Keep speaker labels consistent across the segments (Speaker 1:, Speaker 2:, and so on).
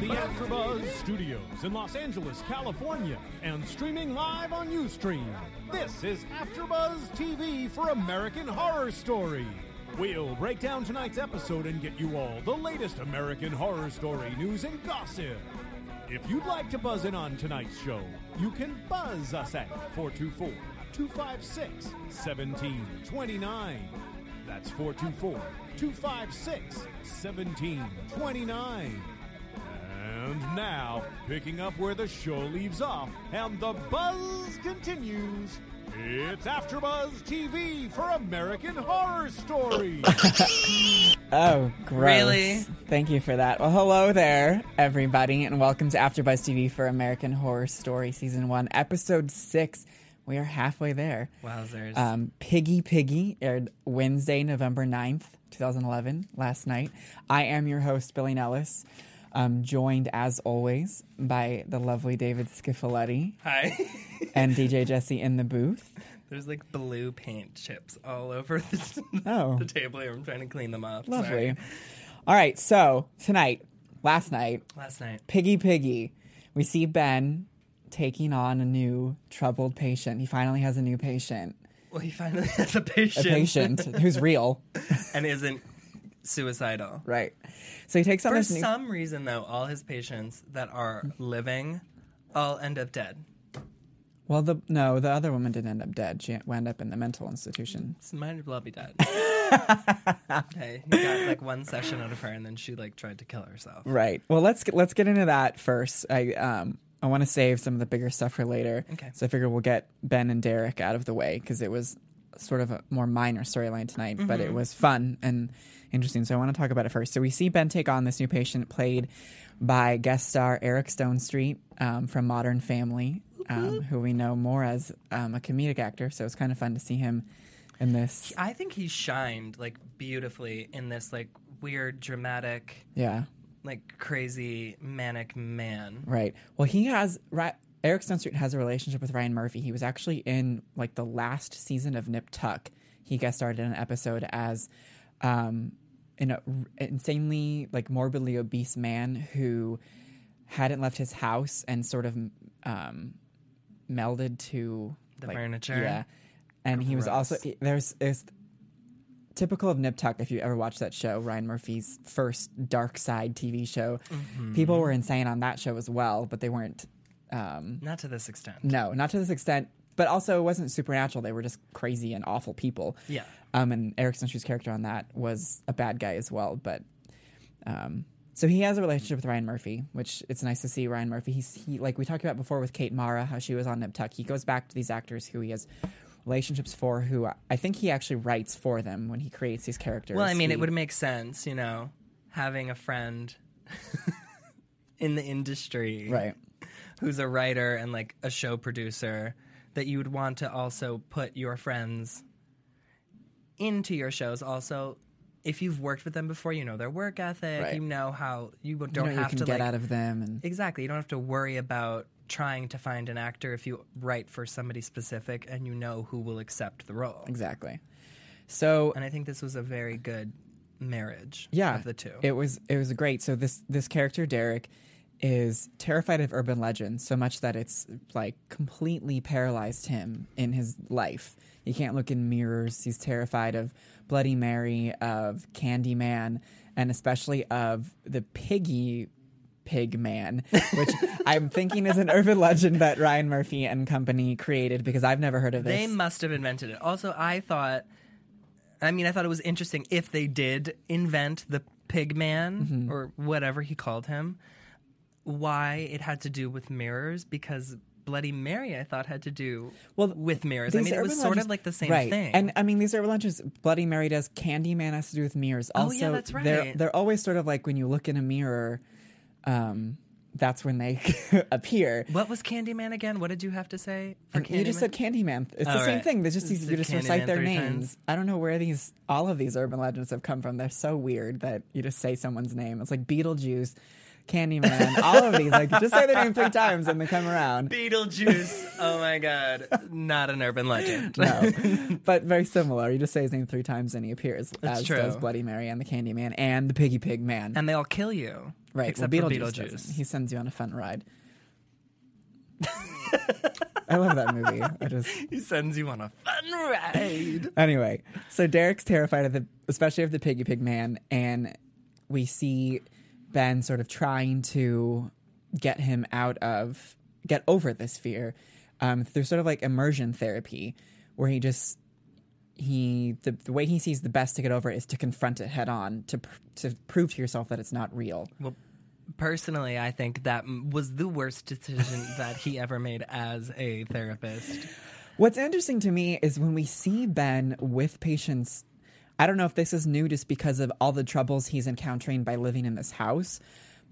Speaker 1: The AfterBuzz Studios in Los Angeles, California, and streaming live on UStream. This is AfterBuzz TV for American Horror Story. We'll break down tonight's episode and get you all the latest American Horror Story news and gossip. If you'd like to buzz in on tonight's show, you can buzz us at 424 256 1729. That's 424 256 1729. And now, picking up where the show leaves off and the buzz continues, it's AfterBuzz TV for American Horror Story.
Speaker 2: Oh, gross.
Speaker 3: Really?
Speaker 2: Thank you for that. Well, hello there, everybody, and welcome to AfterBuzz TV for American Horror Story Season 1, Episode 6. We are halfway there.
Speaker 3: Wowzers.
Speaker 2: Um, Piggy Piggy aired Wednesday, November 9th, 2011, last night. I am your host, Billy Nellis, um, joined, as always, by the lovely David Scifoletti
Speaker 3: Hi.
Speaker 2: and DJ Jesse in the booth.
Speaker 3: There's like blue paint chips all over the,
Speaker 2: Oh.
Speaker 3: the table here. I'm trying to clean them off.
Speaker 2: Lovely.
Speaker 3: Sorry.
Speaker 2: All right, so tonight, last night,
Speaker 3: Last night.
Speaker 2: Piggy Piggy. We see Ben taking on a new troubled patient. He finally has a new patient.
Speaker 3: Well, he finally has a
Speaker 2: A
Speaker 3: patient.
Speaker 2: patient who's real.
Speaker 3: and isn't suicidal.
Speaker 2: Right. So he takes on
Speaker 3: For
Speaker 2: this new
Speaker 3: some reason, though, all his patients that are living all end up dead.
Speaker 2: Well the no, the other woman didn't end up dead. She wound up in the mental institution.
Speaker 3: So might as well be dead. okay. He got like one session out of her and then she like tried to kill herself.
Speaker 2: Right. Well let's get let's get into that first. I um I want to save some of the bigger stuff for later.
Speaker 3: Okay.
Speaker 2: So I figure we'll get Ben and Derek out of the way because it was sort of a more minor storyline tonight, but
Speaker 3: Mm-hmm.
Speaker 2: it was fun and interesting. So I want to talk about it first. So we see Ben take on this new patient played by guest star Eric Stone Street um, from Modern Family, um, who we know more as um, a comedic actor. So it's kind of fun to see him in this.
Speaker 3: I think he shined like beautifully in this like weird, dramatic,
Speaker 2: Yeah.
Speaker 3: like crazy, manic man.
Speaker 2: Right. Well, he has Ri- Eric Stone Street has a relationship with Ryan Murphy. He was actually in like the last season of Nip Tuck. He guest starred in an episode as um, an uh, r- insanely like morbidly obese man who hadn't left his house and sort of um, melded to
Speaker 3: The
Speaker 2: like,
Speaker 3: furniture.
Speaker 2: Yeah, and he was also there's is typical of Nip Tuck. If you ever watched that show, Ryan Murphy's first dark side TV show,
Speaker 3: Mm-hmm.
Speaker 2: people were insane on that show as well, but they weren't.
Speaker 3: Not to this extent.
Speaker 2: No, not to this extent. But also, it wasn't supernatural. They were just crazy and awful people.
Speaker 3: Yeah.
Speaker 2: Um, and Eric Sinstrew's character on that was a bad guy as well. But um, so he has a relationship with Ryan Murphy, which it's nice to see Ryan Murphy. He's he like we talked about before with Kate Mara, how she was on Nip Tuck. He goes back to these actors who he has relationships for, who I- I think he actually writes for them when he creates these characters.
Speaker 3: Well, I mean,
Speaker 2: He-
Speaker 3: it would make sense, you know, having a friend in the industry
Speaker 2: right.
Speaker 3: who's a writer and like a show producer that you would want to also put your friends into your shows. Also, if you've worked with them before, you know their work ethic,
Speaker 2: Right.
Speaker 3: you know how you don't
Speaker 2: You know,
Speaker 3: have
Speaker 2: you can
Speaker 3: to
Speaker 2: get
Speaker 3: like
Speaker 2: out of them, and
Speaker 3: Exactly. You don't have to worry about trying to find an actor if you write for somebody specific and you know who will accept the role.
Speaker 2: exactly. So
Speaker 3: And I think this was a very good marriage
Speaker 2: yeah,
Speaker 3: of the two.
Speaker 2: It was it was great. So this this character Derek is terrified of urban legends so much that it's like completely paralyzed him in his life. He can't look in mirrors. He's terrified of Bloody Mary, of Candyman, and especially of the piggy Pig Man, which I'm thinking is an urban legend that Ryan Murphy and company created because I've never heard of this.
Speaker 3: They must have invented it. Also, I thought, I mean, I thought it was interesting if they did invent the pig man
Speaker 2: Mm-hmm.
Speaker 3: or whatever he called him, why it had to do with mirrors because Bloody Mary, I thought, had to do
Speaker 2: Well,
Speaker 3: with mirrors. I
Speaker 2: These
Speaker 3: mean, it was
Speaker 2: urban
Speaker 3: sort
Speaker 2: legends-
Speaker 3: of like the same
Speaker 2: right.
Speaker 3: thing.
Speaker 2: And I mean, these urban legends, Bloody Mary does, Candyman has to do with mirrors.
Speaker 3: Oh,
Speaker 2: Also,
Speaker 3: yeah, that's
Speaker 2: They're,
Speaker 3: right.
Speaker 2: they're always sort of like when you look in a mirror, um, that's when they appear.
Speaker 3: what was Candyman again? What did you have to say for
Speaker 2: And
Speaker 3: Candyman?
Speaker 2: you just said Candyman. It's the
Speaker 3: Oh,
Speaker 2: same
Speaker 3: right.
Speaker 2: thing. They just
Speaker 3: Just
Speaker 2: these, you
Speaker 3: said
Speaker 2: just recite
Speaker 3: Candyman
Speaker 2: their
Speaker 3: three
Speaker 2: names.
Speaker 3: times.
Speaker 2: I don't know where these all of these urban legends have come from. They're so weird that you just say someone's name. It's like Beetlejuice, Candyman, all of these. Like just say their name three times and they come around.
Speaker 3: Beetlejuice. oh my God. Not an urban legend.
Speaker 2: No, but very similar. You just say his name three times and he appears,
Speaker 3: That's
Speaker 2: as
Speaker 3: true.
Speaker 2: does Bloody Mary and the Candyman and the Piggy Pig Man.
Speaker 3: and they all kill you.
Speaker 2: right,
Speaker 3: Except
Speaker 2: well,
Speaker 3: for
Speaker 2: Beetlejuice.
Speaker 3: Beetlejuice.
Speaker 2: doesn't. He sends you on a fun ride. I love that movie. I just
Speaker 3: he sends you on a fun ride.
Speaker 2: anyway. So Derek's terrified of the, especially of the Piggy Pig Man, and we see Ben sort of trying to get him out of, get over this fear um, through sort of like immersion therapy, where he just he the, the way he sees the best to get over it is to confront it head on to pr- to prove to yourself that it's not real.
Speaker 3: Well, personally, I think that m- was the worst decision that he ever made as a therapist.
Speaker 2: What's interesting to me is when we see Ben with patients. I don't know if this is new just because of all the troubles he's encountering by living in this house,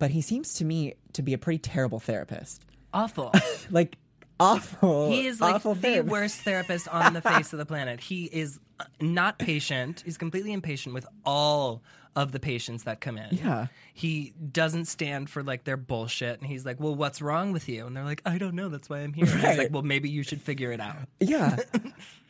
Speaker 2: but he seems to me to be a pretty terrible therapist.
Speaker 3: Awful.
Speaker 2: Like awful.
Speaker 3: He is like
Speaker 2: awful
Speaker 3: the
Speaker 2: therapist.
Speaker 3: worst therapist on the face of the planet. He is uh, not patient. He's completely impatient with all of the patients that come in.
Speaker 2: Yeah.
Speaker 3: He doesn't stand for like their bullshit and he's like, "Well, what's wrong with you?" And they're like, "I don't know. That's why I'm here." And he's
Speaker 2: Right.
Speaker 3: like, "Well, maybe you should figure it out."
Speaker 2: Yeah.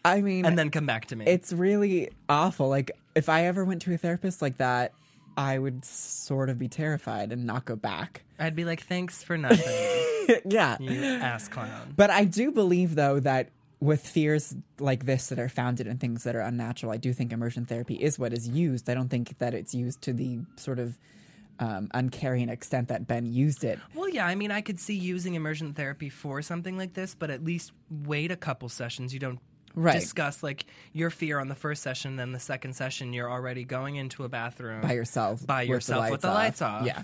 Speaker 2: I mean
Speaker 3: And then come back to me.
Speaker 2: it's really awful. Like if I ever went to a therapist like that, I would sort of be terrified and not go back.
Speaker 3: I'd be like, "Thanks for nothing,
Speaker 2: yeah.
Speaker 3: you ass clown."
Speaker 2: But I do believe, though, that with fears like this that are founded in things that are unnatural, I do think immersion therapy is what is used. I don't think that it's used to the sort of um, uncaring extent that Ben used it.
Speaker 3: Well, yeah, I mean, I could see using immersion therapy for something like this, but at least wait a couple sessions. You don't
Speaker 2: Right.
Speaker 3: discuss like your fear on the first session, then the second session, you're already going into a bathroom
Speaker 2: By yourself,
Speaker 3: By yourself with the lights off.
Speaker 2: Yeah,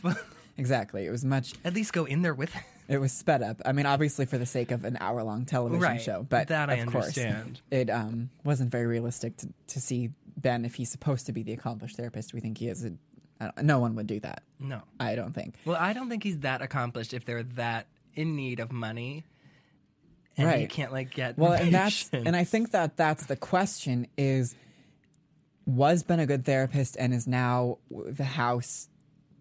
Speaker 2: exactly. It was much.
Speaker 3: At least go in there with.
Speaker 2: It was sped up. I mean, obviously for the sake of an hour-long television
Speaker 3: Right.
Speaker 2: show, but
Speaker 3: That I
Speaker 2: of course,
Speaker 3: understand.
Speaker 2: it um, wasn't very realistic to, to see Ben if he's supposed to be the accomplished therapist we think he is. It, I don't- no one would do that.
Speaker 3: No.
Speaker 2: I don't think.
Speaker 3: Well, I don't think he's that accomplished if they're that in need of money. And You
Speaker 2: Right.
Speaker 3: can't like get
Speaker 2: well and that's
Speaker 3: patients.
Speaker 2: and i think that that's the question is was ben a good therapist and is now the house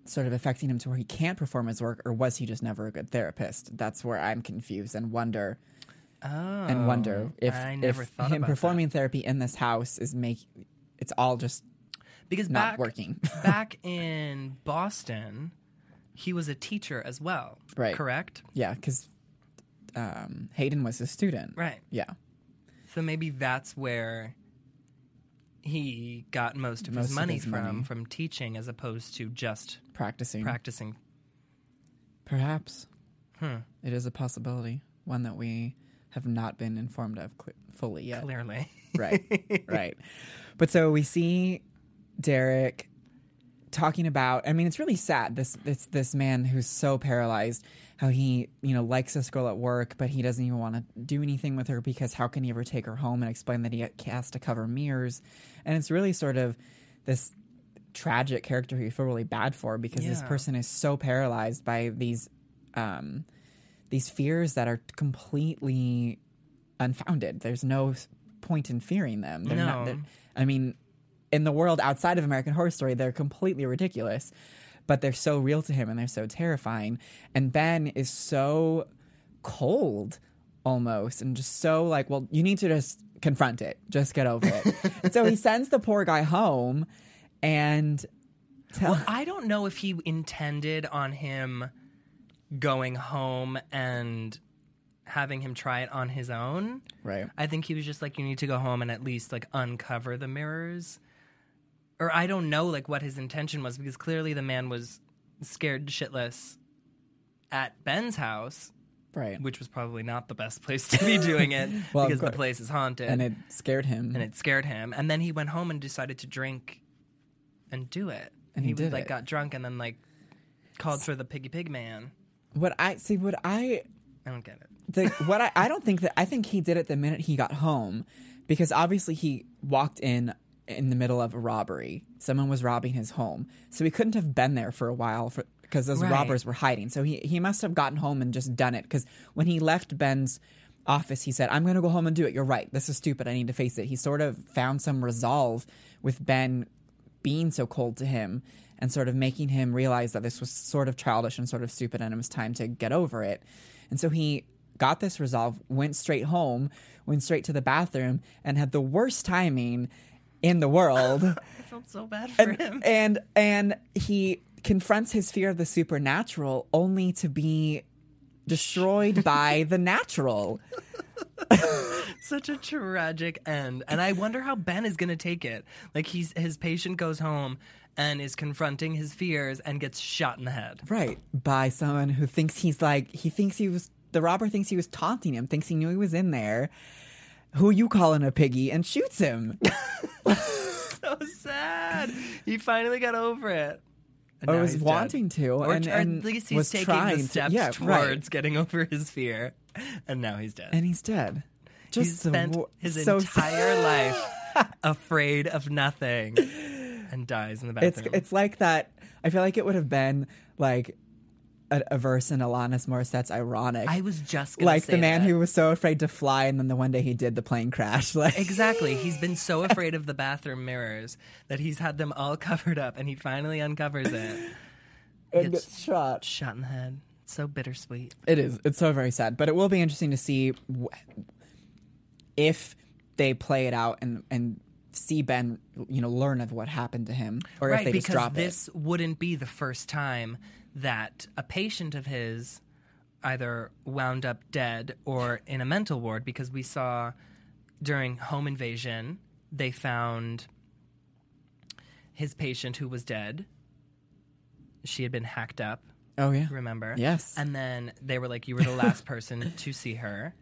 Speaker 2: sort of affecting him to where he can't perform his work or was he just never a good therapist that's where i'm confused and wonder and wonder if,
Speaker 3: Oh, I never
Speaker 2: if
Speaker 3: thought
Speaker 2: him
Speaker 3: about that.
Speaker 2: performing therapy in this house is make it's all just
Speaker 3: because
Speaker 2: not
Speaker 3: back,
Speaker 2: working.
Speaker 3: back in Boston, he was a teacher as well.
Speaker 2: Right.
Speaker 3: Correct.
Speaker 2: yeah because um, hayden was his student
Speaker 3: Right.
Speaker 2: yeah
Speaker 3: So maybe that's where he got most of
Speaker 2: Most of
Speaker 3: his money
Speaker 2: his
Speaker 3: from
Speaker 2: money. Mm-hmm.
Speaker 3: from teaching as opposed to just
Speaker 2: practicing
Speaker 3: practicing.
Speaker 2: Perhaps.
Speaker 3: Hmm.
Speaker 2: It is a possibility, one that we have not been informed of cl- fully yet.
Speaker 3: Clearly.
Speaker 2: Right, right. But so we see Derek talking about. I mean, it's really sad. This this this man who's so paralyzed. How he you know likes this girl at work, but he doesn't even want to do anything with her because how can he ever take her home and explain that he has to cover mirrors? And it's really sort of this tragic character who you feel really bad for because this
Speaker 3: Yeah.
Speaker 2: person is so paralyzed by these um these fears that are completely unfounded. There's no s- point in fearing them. They're not,
Speaker 3: No.
Speaker 2: they're- I mean, in the world outside of American Horror Story, they're completely ridiculous, but they're so real to him and they're so terrifying. And Ben is so cold almost and just so like, well, you need to just confront it, just get over it. And so he sends the poor guy home and tell
Speaker 3: Well, I don't know if he intended on him going home and having him try it on his own.
Speaker 2: right
Speaker 3: I think he was just like, you need to go home and at least like uncover the mirrors. Or I don't know like what his intention was because clearly the man was scared shitless at Ben's house,
Speaker 2: Right.
Speaker 3: which was probably not the best place to be doing it
Speaker 2: Well, of
Speaker 3: because the
Speaker 2: course.
Speaker 3: place is haunted
Speaker 2: and it scared him.
Speaker 3: and it scared him. And then he went home and decided to drink and do it.
Speaker 2: And he
Speaker 3: was,
Speaker 2: did
Speaker 3: like
Speaker 2: it.
Speaker 3: got drunk and then like called for the piggy pig man.
Speaker 2: what I see, what I
Speaker 3: I don't get it.
Speaker 2: the what I, I don't think that I think he did it the minute he got home because obviously he walked in in the middle of a robbery. Someone was robbing his home. So he couldn't have been there for a while for because those
Speaker 3: Right.
Speaker 2: robbers were hiding. So he he must have gotten home and just done it cuz when he left Ben's office he said, "I'm going to go home and do it. You're right. This is stupid. I need to face it." He sort of found some resolve with Ben being so cold to him and sort of making him realize that this was sort of childish and sort of stupid and it was time to get over it. And so he got this resolve, went straight home, went straight to the bathroom, and had the worst timing in the world.
Speaker 3: I felt so bad for him.
Speaker 2: and, and and he confronts his fear of the supernatural only to be destroyed by the natural.
Speaker 3: Such a tragic end. And I wonder how Ben is going to take it. Like he's his patient goes home and is confronting his fears and gets shot in the head.
Speaker 2: Right. By someone who thinks he's like, he thinks he was, the robber thinks he was taunting him, thinks he knew he was in there. Who you calling a piggy and shoots him?
Speaker 3: So sad. He finally got over it. And
Speaker 2: Or
Speaker 3: now
Speaker 2: was
Speaker 3: he's dead.
Speaker 2: wanting to,
Speaker 3: Or,
Speaker 2: and-
Speaker 3: or
Speaker 2: and
Speaker 3: at least
Speaker 2: was
Speaker 3: he's taking
Speaker 2: trying
Speaker 3: the
Speaker 2: to-
Speaker 3: steps
Speaker 2: yeah, right.
Speaker 3: towards getting over his fear. And now he's dead.
Speaker 2: and he's dead. Just
Speaker 3: he's
Speaker 2: the
Speaker 3: spent
Speaker 2: wor-
Speaker 3: his
Speaker 2: so
Speaker 3: entire life afraid of nothing and dies in the
Speaker 2: It's
Speaker 3: bathroom.
Speaker 2: it's like that. I feel like it would have been like a, a verse in Alanis Morissette's "Ironic,"
Speaker 3: I was just gonna
Speaker 2: like
Speaker 3: say
Speaker 2: the man
Speaker 3: that.
Speaker 2: who was so afraid to fly, and then the one day he did, the plane crash. Like
Speaker 3: Exactly. He's been so afraid of the bathroom mirrors that he's had them all covered up and he finally uncovers it.
Speaker 2: and
Speaker 3: It's-
Speaker 2: gets shot.
Speaker 3: Shot in the head. So bittersweet.
Speaker 2: It is. It's so very sad, but it will be interesting to see wh- if they play it out and and see Ben, you know, learn of what happened to him, or if
Speaker 3: right,
Speaker 2: they
Speaker 3: because
Speaker 2: just drop it.
Speaker 3: this wouldn't be the first time that a patient of his either wound up dead or in a mental ward because we saw during home invasion they found his patient who was dead. She had been hacked up.
Speaker 2: Oh yeah,
Speaker 3: remember?
Speaker 2: Yes.
Speaker 3: And then they were like, you were the last person to see her.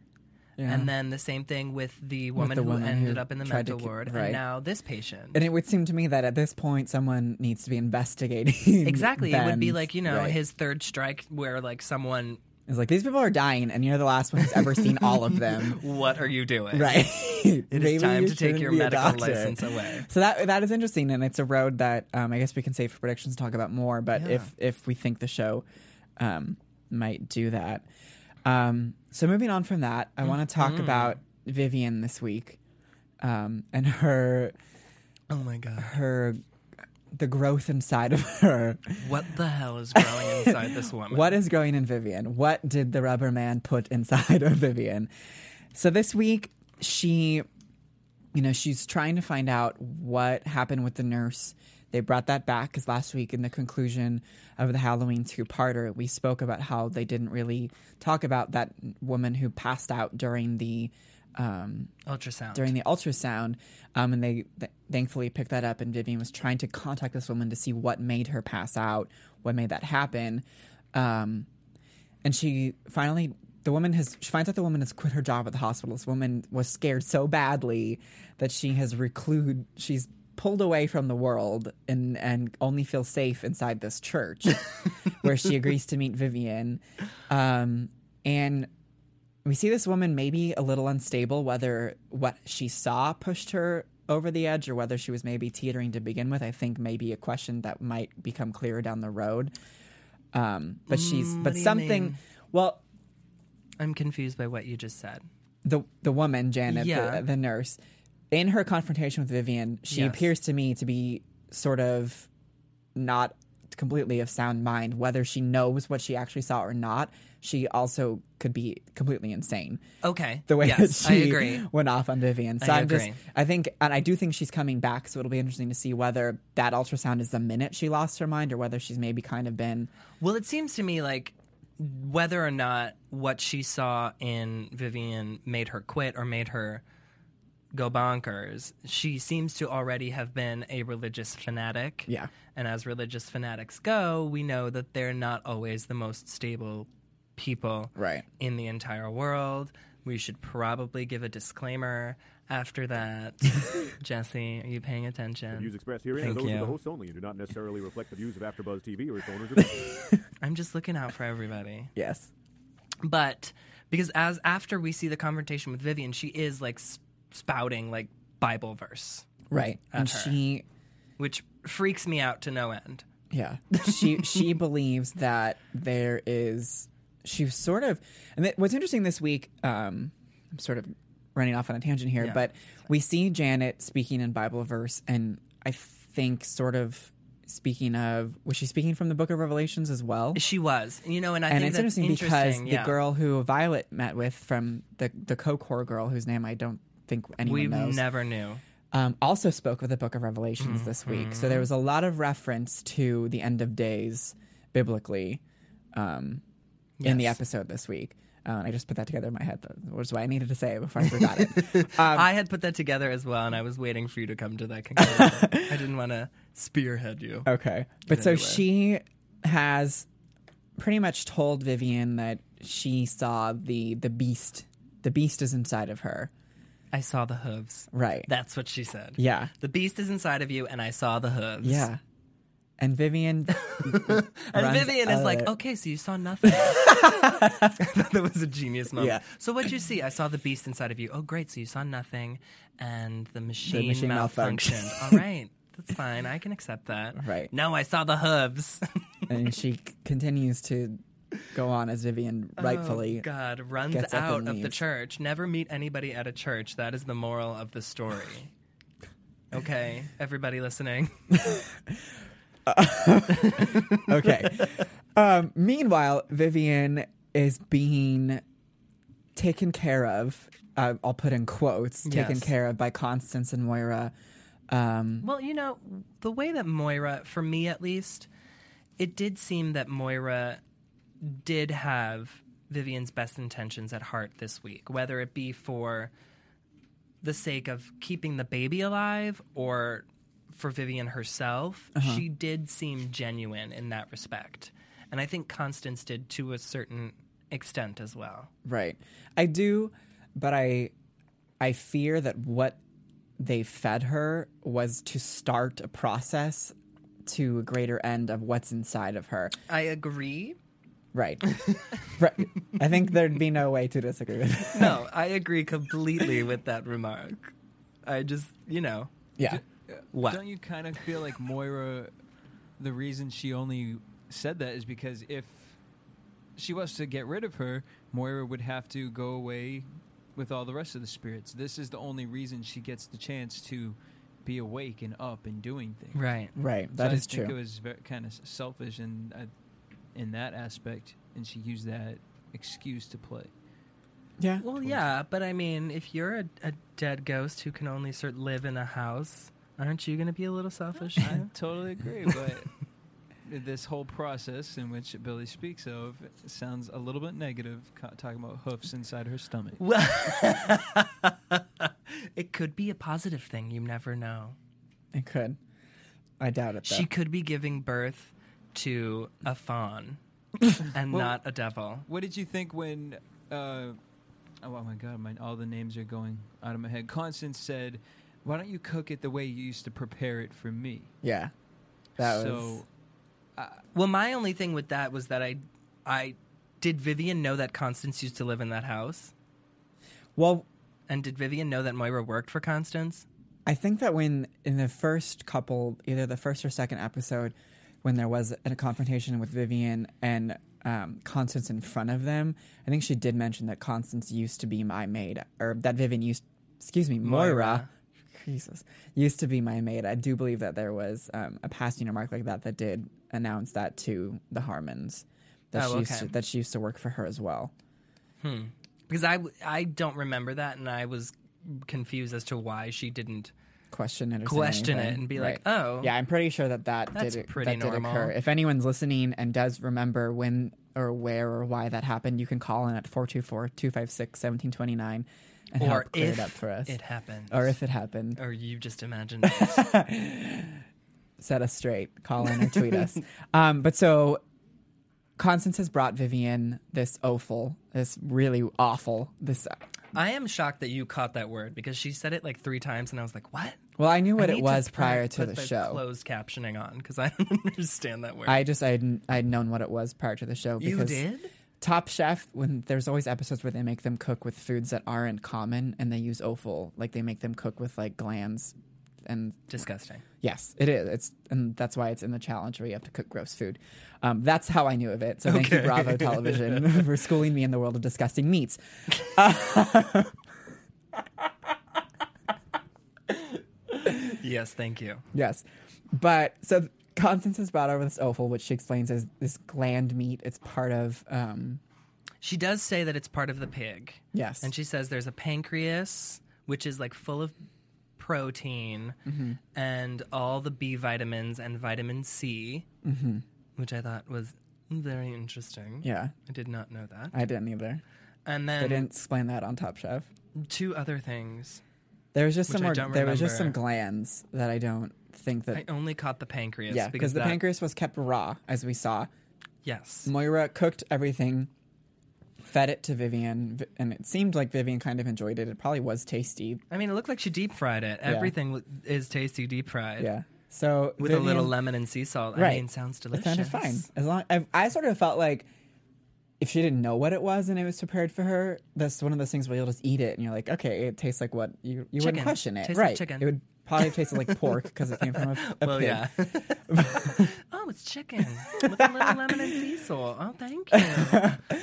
Speaker 2: Yeah.
Speaker 3: And then the same thing with the woman
Speaker 2: the
Speaker 3: who
Speaker 2: woman
Speaker 3: ended
Speaker 2: who
Speaker 3: up in the
Speaker 2: tried to
Speaker 3: mental
Speaker 2: ki-
Speaker 3: ward,
Speaker 2: right.
Speaker 3: and now this patient.
Speaker 2: And it would seem to me that at this point, someone needs to be investigating.
Speaker 3: exactly, it would be
Speaker 2: Ben's-
Speaker 3: like you know
Speaker 2: right.
Speaker 3: his third strike, where like someone,
Speaker 2: It's like these people are dying, and you're the last one who's ever seen all of them.
Speaker 3: what are you doing?
Speaker 2: Right. It
Speaker 3: is time to take your medical license away.
Speaker 2: So that that is interesting, and it's a road that um, I guess we can save for predictions to talk about more. But if if we think the show um, might do that, um, so moving on from that, I want to
Speaker 3: Mm-hmm.
Speaker 2: talk
Speaker 3: Mm.
Speaker 2: about Vivian this week um, and her
Speaker 3: Oh my god,
Speaker 2: her the growth inside of her.
Speaker 3: what the hell is growing inside this woman?
Speaker 2: What is growing in Vivian? What did the rubber man put inside of Vivian? So this week, she, you know, she's trying to find out what happened with the nurse. They brought that back because last week, in the conclusion of the Halloween two parter, we spoke about how they didn't really talk about that woman who passed out during the um,
Speaker 3: ultrasound?
Speaker 2: during the ultrasound, um, and they th- thankfully picked that up. And Vivian was trying to contact this woman to see what made her pass out, what made that happen, um, and she finally. The woman has. She finds out the woman has quit her job at the hospital. This woman was scared so badly that she has reclude. She's pulled away from the world and and only feels safe inside this church, where she agrees to meet Vivian, um, and we see this woman maybe a little unstable, whether what she saw pushed her over the edge or whether she was maybe teetering to begin with. I think maybe a question that might become clearer down the road. Um, but she's
Speaker 3: Mm, what
Speaker 2: but
Speaker 3: do you
Speaker 2: something.
Speaker 3: mean?
Speaker 2: Well,
Speaker 3: I'm confused by what you just said.
Speaker 2: the the woman Janet,
Speaker 3: Yeah.
Speaker 2: the, the nurse, in her confrontation with Vivian, she
Speaker 3: Yes.
Speaker 2: appears to me to be sort of not completely of sound mind. Whether she knows what she actually saw or not, she also could be completely insane
Speaker 3: Okay,
Speaker 2: the way
Speaker 3: yes,
Speaker 2: that she
Speaker 3: I agree.
Speaker 2: went off on Vivian. So
Speaker 3: I
Speaker 2: I am just
Speaker 3: agree.
Speaker 2: I think and I do think she's coming back, so it'll be interesting to see whether that ultrasound is the minute she lost her mind or whether she's maybe kind of been
Speaker 3: Well, it seems to me like whether or not what she saw in Vivian made her quit or made her go bonkers, she seems to already have been a religious fanatic.
Speaker 2: Yeah.
Speaker 3: And as religious fanatics go, we know that they're not always the most stable people
Speaker 2: Right.
Speaker 3: in the entire world. We should probably give a disclaimer after that. Jesse, are you paying attention?
Speaker 4: Views expressed herein are
Speaker 3: Thank
Speaker 4: those
Speaker 3: you.
Speaker 4: of the hosts only and do not necessarily reflect the views of AfterBuzz TV or its owners. Or guests.
Speaker 3: I'm just looking out for everybody.
Speaker 2: Yes.
Speaker 3: But because as after we see the confrontation with Vivian, she is like s- spouting like Bible verse,
Speaker 2: Right. And
Speaker 3: her.
Speaker 2: she
Speaker 3: which freaks me out to no end.
Speaker 2: Yeah. She she believes that there is she sort of and that, what's interesting this week um I'm sort of running off on a tangent here, but we see Janet speaking in Bible verse and I think sort of speaking of was she speaking from the book of Revelations as well?
Speaker 3: She was, you know, and I
Speaker 2: and
Speaker 3: think
Speaker 2: it's
Speaker 3: that's
Speaker 2: interesting because
Speaker 3: yeah.
Speaker 2: the girl who Violet met with from the the co-core girl whose name I don't think anyone
Speaker 3: we
Speaker 2: knows
Speaker 3: never knew.
Speaker 2: um, also spoke of the book of Revelations this
Speaker 3: Mm-hmm.
Speaker 2: week. So there was a lot of reference to the end of days biblically um, in the
Speaker 3: Yes.
Speaker 2: episode this week. Uh, I just put that together in my head, though, which is why I needed to say it before I forgot it.
Speaker 3: I had put that together as well, and I was waiting for you to come to that conclusion. I didn't want to spearhead you.
Speaker 2: Okay. But so she has pretty much told Vivian that she saw the the beast. The beast is inside of her.
Speaker 3: I saw the hooves.
Speaker 2: Right.
Speaker 3: That's what she said.
Speaker 2: yeah.
Speaker 3: The beast is inside of you, and I saw the hooves.
Speaker 2: Yeah. And Vivian
Speaker 3: And
Speaker 2: runs
Speaker 3: Vivian is
Speaker 2: out
Speaker 3: like,
Speaker 2: of it.
Speaker 3: okay, so you saw nothing. that was a genius moment.
Speaker 2: Yeah.
Speaker 3: So what'd you see? I saw the beast inside of you. Oh, great. So you saw nothing, and the machine,
Speaker 2: machine
Speaker 3: malfunctioned.
Speaker 2: malfunctioned.
Speaker 3: All right. That's fine. I can accept that.
Speaker 2: Right.
Speaker 3: No, I saw the hooves.
Speaker 2: and she c- continues to go on as Vivian rightfully.
Speaker 3: Oh, God runs
Speaker 2: gets up
Speaker 3: out
Speaker 2: and
Speaker 3: of the
Speaker 2: leaves.
Speaker 3: church. Never meet anybody at a church. That is the moral of the story. okay, everybody listening.
Speaker 2: Okay. um, meanwhile, Vivian is being taken care of. Uh, I'll put in quotes, taken
Speaker 3: Yes.
Speaker 2: care of by Constance and Moira.
Speaker 3: Well, you know, the way that Moira, for me at least, it did seem that Moira did have Vivian's best intentions at heart this week, whether it be for the sake of keeping the baby alive or for Vivian herself. She did seem genuine in that respect. And I think Constance did to a certain extent as well.
Speaker 2: Right. I do, but I I fear that what they fed her was to start a process to a greater end of what's inside of her.
Speaker 3: I agree.
Speaker 2: Right. right. I think there'd be no way to disagree with that.
Speaker 3: No, I agree completely with that remark. I just, you know,
Speaker 2: Yeah.
Speaker 3: what?
Speaker 5: Don't you kind of feel like Moira? The reason she only said that is because if she was to get rid of her, Moira would have to go away with all the rest of the spirits. This is the only reason she gets the chance to be awake and up and doing things.
Speaker 3: Right.
Speaker 2: Right.
Speaker 5: So
Speaker 2: That
Speaker 5: I
Speaker 2: is
Speaker 5: think
Speaker 2: true.
Speaker 5: It was very, kind of selfish in uh, in that aspect, and she used that excuse to play.
Speaker 2: yeah.
Speaker 3: Well, yeah, but I mean, if you're a, a dead ghost who can only sort live in a house, aren't you going to be a little selfish?
Speaker 5: I
Speaker 3: too?
Speaker 5: totally agree, but this whole process in which Billy speaks of sounds a little bit negative, co- talking about hoofs inside her stomach.
Speaker 3: Well, it could be a positive thing. You never know.
Speaker 2: It could. I doubt it though.
Speaker 3: She could be giving birth to a fawn and
Speaker 5: Well-
Speaker 3: not a devil.
Speaker 5: What did you think when? Uh, oh my God, my, all the names are going out of my head. Constance said, "Why don't you cook it the way you used to prepare it for me?"
Speaker 2: yeah. That
Speaker 5: so,
Speaker 2: was
Speaker 3: Well, my only thing with that was that I, I did Vivian know that Constance used to live in that house,
Speaker 2: Well,
Speaker 3: and did Vivian know that Moira worked for Constance?
Speaker 2: I think that when in the first couple, either the first or second episode, when there was a confrontation with Vivian and um, Constance in front of them, I think she did mention that Constance used to be my maid, or that Vivian used, excuse me, Moira.
Speaker 3: Moira.
Speaker 2: Jesus, used to be my maid. I do believe that there was um, a passing remark like that that did announce that to the Harmons that
Speaker 3: Oh,
Speaker 2: she used
Speaker 3: okay.
Speaker 2: to, that she used to work for her as well.
Speaker 3: because I, w- I don't remember that and I was confused as to why she didn't.
Speaker 2: question it or say
Speaker 3: Question it
Speaker 2: anything.
Speaker 3: and be like, "Oh,
Speaker 2: yeah i'm pretty sure that that
Speaker 3: that's
Speaker 2: did,
Speaker 3: pretty
Speaker 2: that did
Speaker 3: normal."
Speaker 2: occur if anyone's listening and does remember when or where or why that happened you can call in at 424-256-1729 and
Speaker 3: Or
Speaker 2: help clear
Speaker 3: if
Speaker 2: it up for us
Speaker 3: it Oh. happened.
Speaker 2: or if it happened
Speaker 3: Or you just imagined it.
Speaker 2: set us straight call in or tweet us um, but so Constance has brought Vivian this offal, this really awful, this.
Speaker 3: I am shocked that you caught that word because she said it like three times, and I was like, "What?"
Speaker 2: Well, I knew what
Speaker 3: I
Speaker 2: it
Speaker 3: need
Speaker 2: was
Speaker 3: put-
Speaker 2: prior to
Speaker 3: put
Speaker 2: the,
Speaker 3: the
Speaker 2: show.
Speaker 3: Closed captioning on because I don't understand that word.
Speaker 2: I just I'd I'd known what it was prior to the show.
Speaker 3: You
Speaker 2: Because
Speaker 3: did?
Speaker 2: Top Chef when there's always episodes where they make them cook with foods that aren't common and they use offal, like they make them cook with like glands, and
Speaker 3: Disgusting.
Speaker 2: yes, it is. It's and that's why it's in the challenge where you have to cook gross food. Um, that's how I knew of it. So thank you
Speaker 3: Okay.
Speaker 2: Bravo Television for schooling me in the world of disgusting meats. Uh,
Speaker 3: Yes, thank you.
Speaker 2: Yes. But so Constance has brought over this offal, which she explains as this gland meat. It's part of, um,
Speaker 3: She does say that it's part of the pig.
Speaker 2: Yes.
Speaker 3: And she says there's a pancreas, which is like full of protein
Speaker 2: Mm-hmm.
Speaker 3: and all the B vitamins and vitamin C, which I thought was very interesting.
Speaker 2: Mm-hmm. yeah,
Speaker 3: I did not know that.
Speaker 2: I didn't either.
Speaker 3: and
Speaker 2: They
Speaker 3: then
Speaker 2: didn't explain that on Top Chef.
Speaker 3: two other things.
Speaker 2: There was just
Speaker 3: Which
Speaker 2: some
Speaker 3: I
Speaker 2: more, there
Speaker 3: don't
Speaker 2: was just some
Speaker 3: remember.
Speaker 2: glands that I don't think that.
Speaker 3: I only caught the pancreas.
Speaker 2: yeah, because the
Speaker 3: that-
Speaker 2: pancreas was kept raw, as we saw.
Speaker 3: Yes.
Speaker 2: Moira cooked everything, fed it to Vivian, Vi- and it seemed like Vivian kind of enjoyed it. It probably was tasty.
Speaker 3: I mean, it looked like she deep fried it. Everything lo- is tasty deep fried.
Speaker 2: Yeah. So
Speaker 3: With a little
Speaker 2: Vivian-
Speaker 3: lemon and sea salt. I
Speaker 2: Right.
Speaker 3: mean, sounds
Speaker 2: It
Speaker 3: delicious.
Speaker 2: sounded fine. As long I, I sort of felt like if she didn't know what it was and it was prepared for her, that's one of those things where you'll just eat it and you're like, okay, it tastes like what you you
Speaker 3: Chicken.
Speaker 2: wouldn't question it,
Speaker 3: Tastes like
Speaker 2: right?
Speaker 3: chicken.
Speaker 2: It would probably taste like pork because it came from a, a
Speaker 3: Well,
Speaker 2: pig.
Speaker 3: yeah. oh, it's chicken with a little lemon and sea salt. Oh, thank you.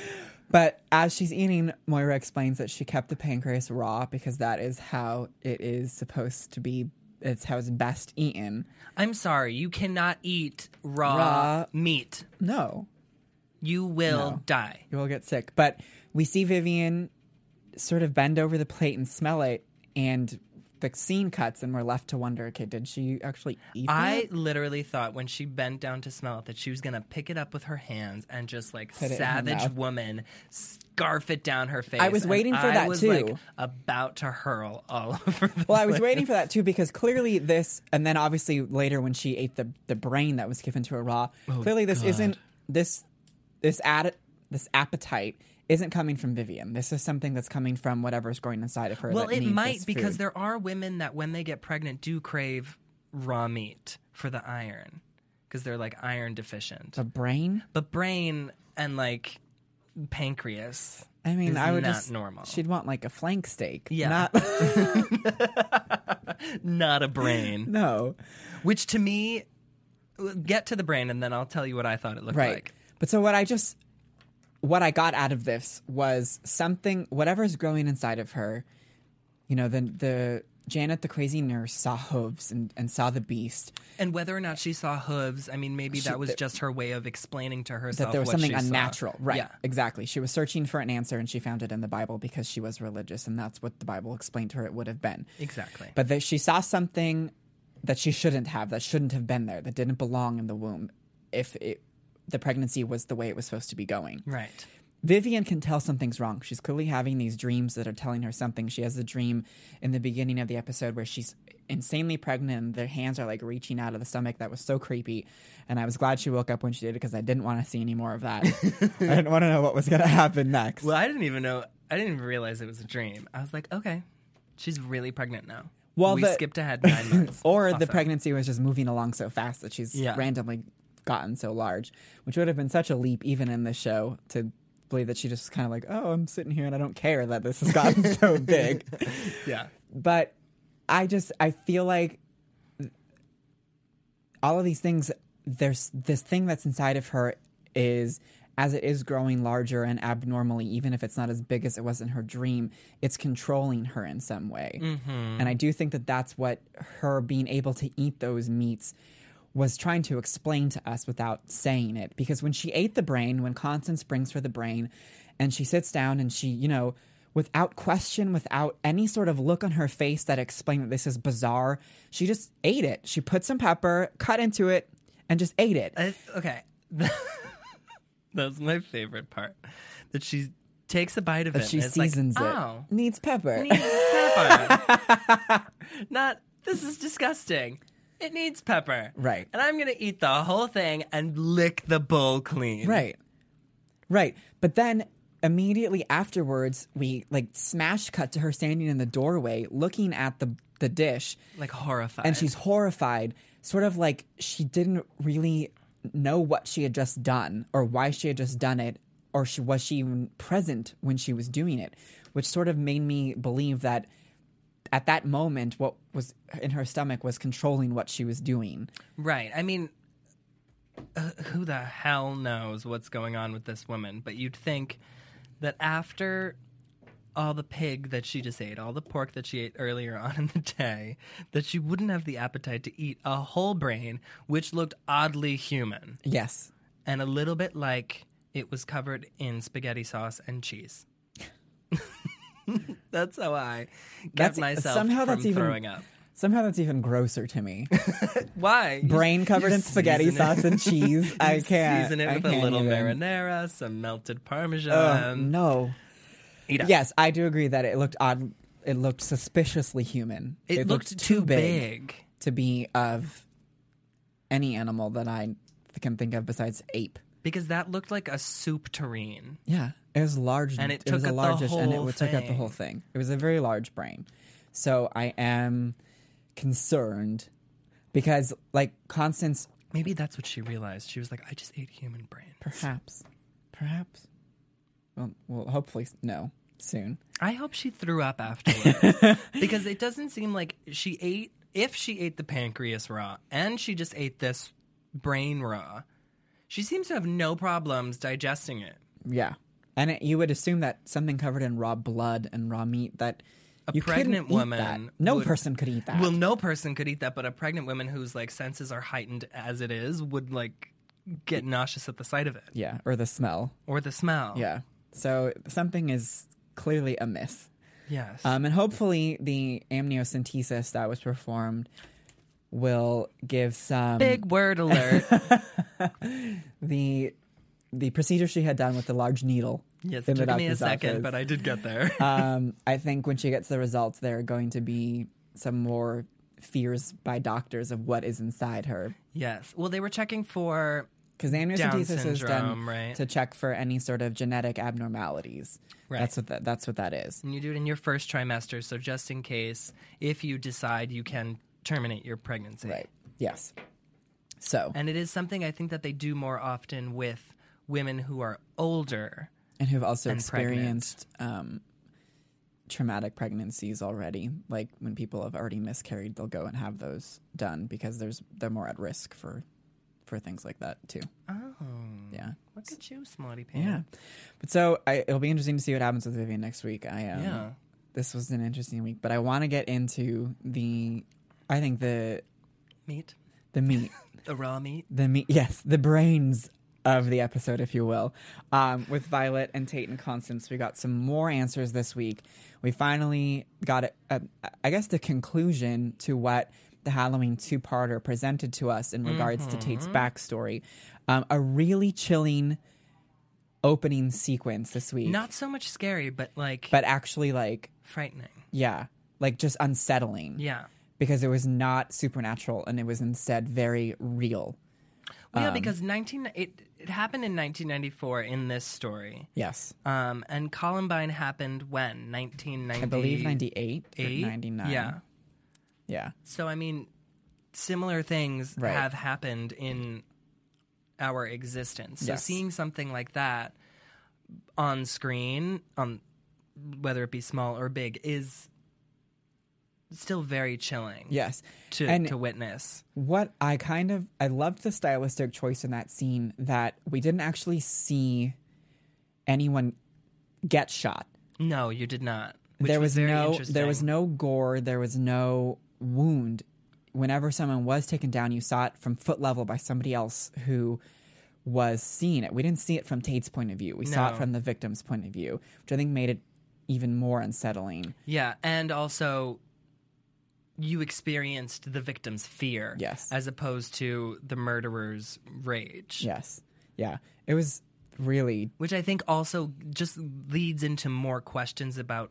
Speaker 2: But as she's eating, Moira explains that she kept the pancreas raw because that is how it is supposed to be. It's how it's best eaten.
Speaker 3: I'm sorry, you cannot eat raw,
Speaker 2: Raw.
Speaker 3: meat.
Speaker 2: No,
Speaker 3: You will die.
Speaker 2: you will get sick. But we see Vivian sort of bend over the plate and smell it, and the scene cuts, and we're left to wonder, okay, did she actually eat
Speaker 3: I
Speaker 2: that?
Speaker 3: literally thought when she bent down to smell it that she was gonna pick it up with her hands and just like
Speaker 2: it in her
Speaker 3: savage
Speaker 2: mouth.
Speaker 3: woman scarf it down her face.
Speaker 2: was
Speaker 3: and
Speaker 2: waiting for
Speaker 3: I
Speaker 2: that,
Speaker 3: was,
Speaker 2: too.
Speaker 3: like, about to hurl all over. The
Speaker 2: Well, I was
Speaker 3: place.
Speaker 2: waiting for that too because clearly this, and then obviously later when she ate the the brain that was given to her raw,
Speaker 3: Oh,
Speaker 2: clearly this isn't this this ad this appetite isn't coming from Vivian. This is something that's coming from whatever's going inside of her.
Speaker 3: Well,
Speaker 2: that
Speaker 3: it
Speaker 2: needs
Speaker 3: might
Speaker 2: this
Speaker 3: because
Speaker 2: food.
Speaker 3: there are women that when they get pregnant do crave raw meat for the iron because they're like iron deficient.
Speaker 2: a brain.
Speaker 3: But brain and like pancreas.
Speaker 2: I mean,
Speaker 3: is
Speaker 2: I would
Speaker 3: not
Speaker 2: just
Speaker 3: normal.
Speaker 2: She'd want like a flank steak.
Speaker 3: Yeah.
Speaker 2: not,
Speaker 3: Not a brain.
Speaker 2: no.
Speaker 3: Which to me, get to the brain and then I'll tell you what I thought it looked
Speaker 2: right
Speaker 3: like.
Speaker 2: but so what i just what i got out of this was something whatever's growing inside of her you know the the janet the crazy nurse saw hooves and, and saw the beast
Speaker 3: And whether or not she saw hooves, I mean, maybe that was just her way of explaining to
Speaker 2: that
Speaker 3: herself
Speaker 2: there was
Speaker 3: what
Speaker 2: something
Speaker 3: she saw.
Speaker 2: unnatural right
Speaker 3: Yeah.
Speaker 2: exactly she was searching for an answer and she found it in the bible because she was religious and that's what the bible explained to her it would have been
Speaker 3: Exactly.
Speaker 2: but that she saw something that she shouldn't have that shouldn't have been there that didn't belong in the womb if it the pregnancy was the way it was supposed to be going
Speaker 3: right.
Speaker 2: Vivian can tell something's wrong. She's clearly having these dreams that are telling her something. She has a dream in the beginning of the episode where she's insanely pregnant and their hands are like reaching out of the stomach. That was so creepy. And I was glad she woke up when she did it because I didn't want to see any more of that. I didn't want to know what was going to happen next.
Speaker 3: Well, I didn't even know. I didn't even realize it was a dream. I was like, okay, she's really pregnant now.
Speaker 2: Well,
Speaker 3: we
Speaker 2: the-
Speaker 3: skipped ahead nine months.
Speaker 2: or the
Speaker 3: Awesome.
Speaker 2: pregnancy was just moving along so fast that she's
Speaker 3: Yeah.
Speaker 2: randomly gotten so large, which would have been such a leap even in this show to believe that she just kind of like, oh, I'm sitting here and I don't care that this has gotten so big.
Speaker 3: Yeah.
Speaker 2: but I just I feel like all of these things there's this thing that's inside of her is as it is growing larger and abnormally even if it's not as big as it was in her dream it's controlling her in some way and i do think that that's what her being able to eat those meats was trying to explain to us without saying it because when she ate the brain when constance brings her the brain and she sits down and she you know without question, without any sort of look on her face that explained that this is bizarre. She just ate it. She put some pepper, cut into it, and just ate it.
Speaker 3: I, okay. That's my favorite part. That she takes a bite of it.
Speaker 2: But she
Speaker 3: and it's like,
Speaker 2: seasons it.
Speaker 3: Oh,
Speaker 2: Needs pepper.
Speaker 3: it needs pepper. Not this is disgusting. It needs pepper.
Speaker 2: Right.
Speaker 3: And I'm gonna eat the whole thing and lick the bowl clean.
Speaker 2: right. Right. But then immediately afterwards, we like smash cut to her standing in the doorway looking at the the dish
Speaker 3: like horrified.
Speaker 2: and she's horrified, sort of like she didn't really know what she had just done or why she had just done it or she was she even present when she was doing it, which sort of made me believe that at that moment what was in her stomach was controlling what she was doing.
Speaker 3: right. I mean, uh, who the hell knows what's going on with this woman? But you'd think that after all the pig that she just ate, all the pork that she ate earlier on in the day, that she wouldn't have the appetite to eat a whole brain, which looked oddly human.
Speaker 2: Yes.
Speaker 3: and a little bit like it was covered in spaghetti sauce and cheese. that's how I got
Speaker 2: That's- e-,
Speaker 3: myself
Speaker 2: somehow
Speaker 3: from
Speaker 2: that's even-
Speaker 3: throwing up.
Speaker 2: Somehow that's even grosser to me.
Speaker 3: Why? You-
Speaker 2: Brain covered
Speaker 3: you
Speaker 2: in spaghetti
Speaker 3: season it-
Speaker 2: sauce and cheese. I
Speaker 3: you
Speaker 2: can't.
Speaker 3: Season
Speaker 2: I
Speaker 3: it with a
Speaker 2: can't
Speaker 3: little
Speaker 2: even.
Speaker 3: marinara, some melted
Speaker 2: Ugh,
Speaker 3: parmesan.
Speaker 2: no.
Speaker 3: Eat up.
Speaker 2: Yes, I do agree that it looked odd. It looked suspiciously human.
Speaker 3: it, looked, too big.
Speaker 2: to be of any animal that I th- can think of besides ape.
Speaker 3: because that looked like a soup terrine.
Speaker 2: Yeah, it was large,
Speaker 3: And it
Speaker 2: was
Speaker 3: took
Speaker 2: a
Speaker 3: up the
Speaker 2: largish, and it
Speaker 3: whole
Speaker 2: would took up the whole thing. It was a very large brain. So I am concerned because, like Constance,
Speaker 3: Maybe that's what she realized. She was like, "I just ate human brain."
Speaker 2: perhaps, perhaps, well, well hopefully s- no soon.
Speaker 3: I hope she threw up afterwards because it doesn't seem like she ate. If she ate the pancreas raw and she just ate this brain raw, she seems to have no problems digesting it.
Speaker 2: Yeah. And it, you would assume that something covered in raw blood and raw meat that
Speaker 3: A
Speaker 2: you couldn't
Speaker 3: pregnant
Speaker 2: eat
Speaker 3: woman
Speaker 2: that. No
Speaker 3: would-
Speaker 2: person could eat that.
Speaker 3: Well, no person could eat that, but a pregnant woman whose like senses are heightened as it is would like get nauseous at the sight of it
Speaker 2: yeah, or the smell.
Speaker 3: or the smell.
Speaker 2: Yeah. So something is clearly amiss.
Speaker 3: Yes.
Speaker 2: Um, and hopefully the amniocentesis that was performed will give some
Speaker 3: Big word alert.
Speaker 2: the the procedure she had done with the large needle.
Speaker 3: yes,
Speaker 2: in
Speaker 3: it
Speaker 2: the
Speaker 3: took me a
Speaker 2: doctor's
Speaker 3: second,
Speaker 2: office.
Speaker 3: but I did get there.
Speaker 2: um, I think when she gets the results, there are going to be some more fears by doctors of what is inside her
Speaker 3: yes. Well, they were checking for
Speaker 2: because amniocentesis is done
Speaker 3: syndrome, right?
Speaker 2: to check for any sort of genetic abnormalities.
Speaker 3: Right.
Speaker 2: That's what that, that's what that is.
Speaker 3: And you do it in your first trimester, so just in case, if you decide you can terminate your pregnancy.
Speaker 2: Right. Yes. So and,
Speaker 3: And it is something I think that they do more often with women who are older.
Speaker 2: who've also
Speaker 3: and pregnant.
Speaker 2: experienced um, traumatic pregnancies already. Like when people have already miscarried, they'll go and have those done because there's they're more at risk for for things like that too.
Speaker 3: Oh.
Speaker 2: Yeah.
Speaker 3: Look at you, smarty
Speaker 2: Yeah.
Speaker 3: pants.
Speaker 2: But so I, it'll be interesting to see what happens with Vivian next week. I um,
Speaker 3: Yeah.
Speaker 2: This was an interesting week, but I want to get into the. I think the
Speaker 3: Meat.
Speaker 2: the meat
Speaker 3: The raw meat.
Speaker 2: the me- yes the brains of the episode if you will um, with violet and tate and constance we got some more answers this week we finally got a, a, i guess the conclusion to what the halloween two-parter presented to us in regards to tate's
Speaker 3: Mm-hmm.
Speaker 2: backstory um, a really chilling opening sequence this week
Speaker 3: Not so much scary, but like
Speaker 2: but actually like
Speaker 3: frightening.
Speaker 2: yeah like just unsettling
Speaker 3: Yeah.
Speaker 2: because it was not supernatural and it was instead very real
Speaker 3: Well, yeah,
Speaker 2: Um,
Speaker 3: because 19 it, it happened in 1994 in this story.
Speaker 2: yes
Speaker 3: Um, and Columbine happened when? 1990.
Speaker 2: I believe 98 or 99.
Speaker 3: Yeah.
Speaker 2: Yeah.
Speaker 3: So I mean, similar things
Speaker 2: Right.
Speaker 3: have happened in our existence. So
Speaker 2: Yes.
Speaker 3: seeing something like that on screen, on whether it be small or big, is still very chilling.
Speaker 2: Yes.
Speaker 3: To,
Speaker 2: and
Speaker 3: to witness,
Speaker 2: what I kind of I loved the stylistic choice in that scene that we didn't actually see anyone get shot.
Speaker 3: no, you did not. Which
Speaker 2: there was,
Speaker 3: very
Speaker 2: no
Speaker 3: interesting.
Speaker 2: there was no gore, there was no wound. Whenever someone was taken down, you saw it from foot level by somebody else who was seeing it. We didn't see it from Tate's point of view. We saw it
Speaker 3: No.
Speaker 2: from the victim's point of view, which I think made it even more unsettling.
Speaker 3: Yeah, and also you experienced the victim's fear,
Speaker 2: Yes.
Speaker 3: as opposed to the murderer's rage.
Speaker 2: Yes. Yeah. It was really
Speaker 3: which I think also just leads into more questions about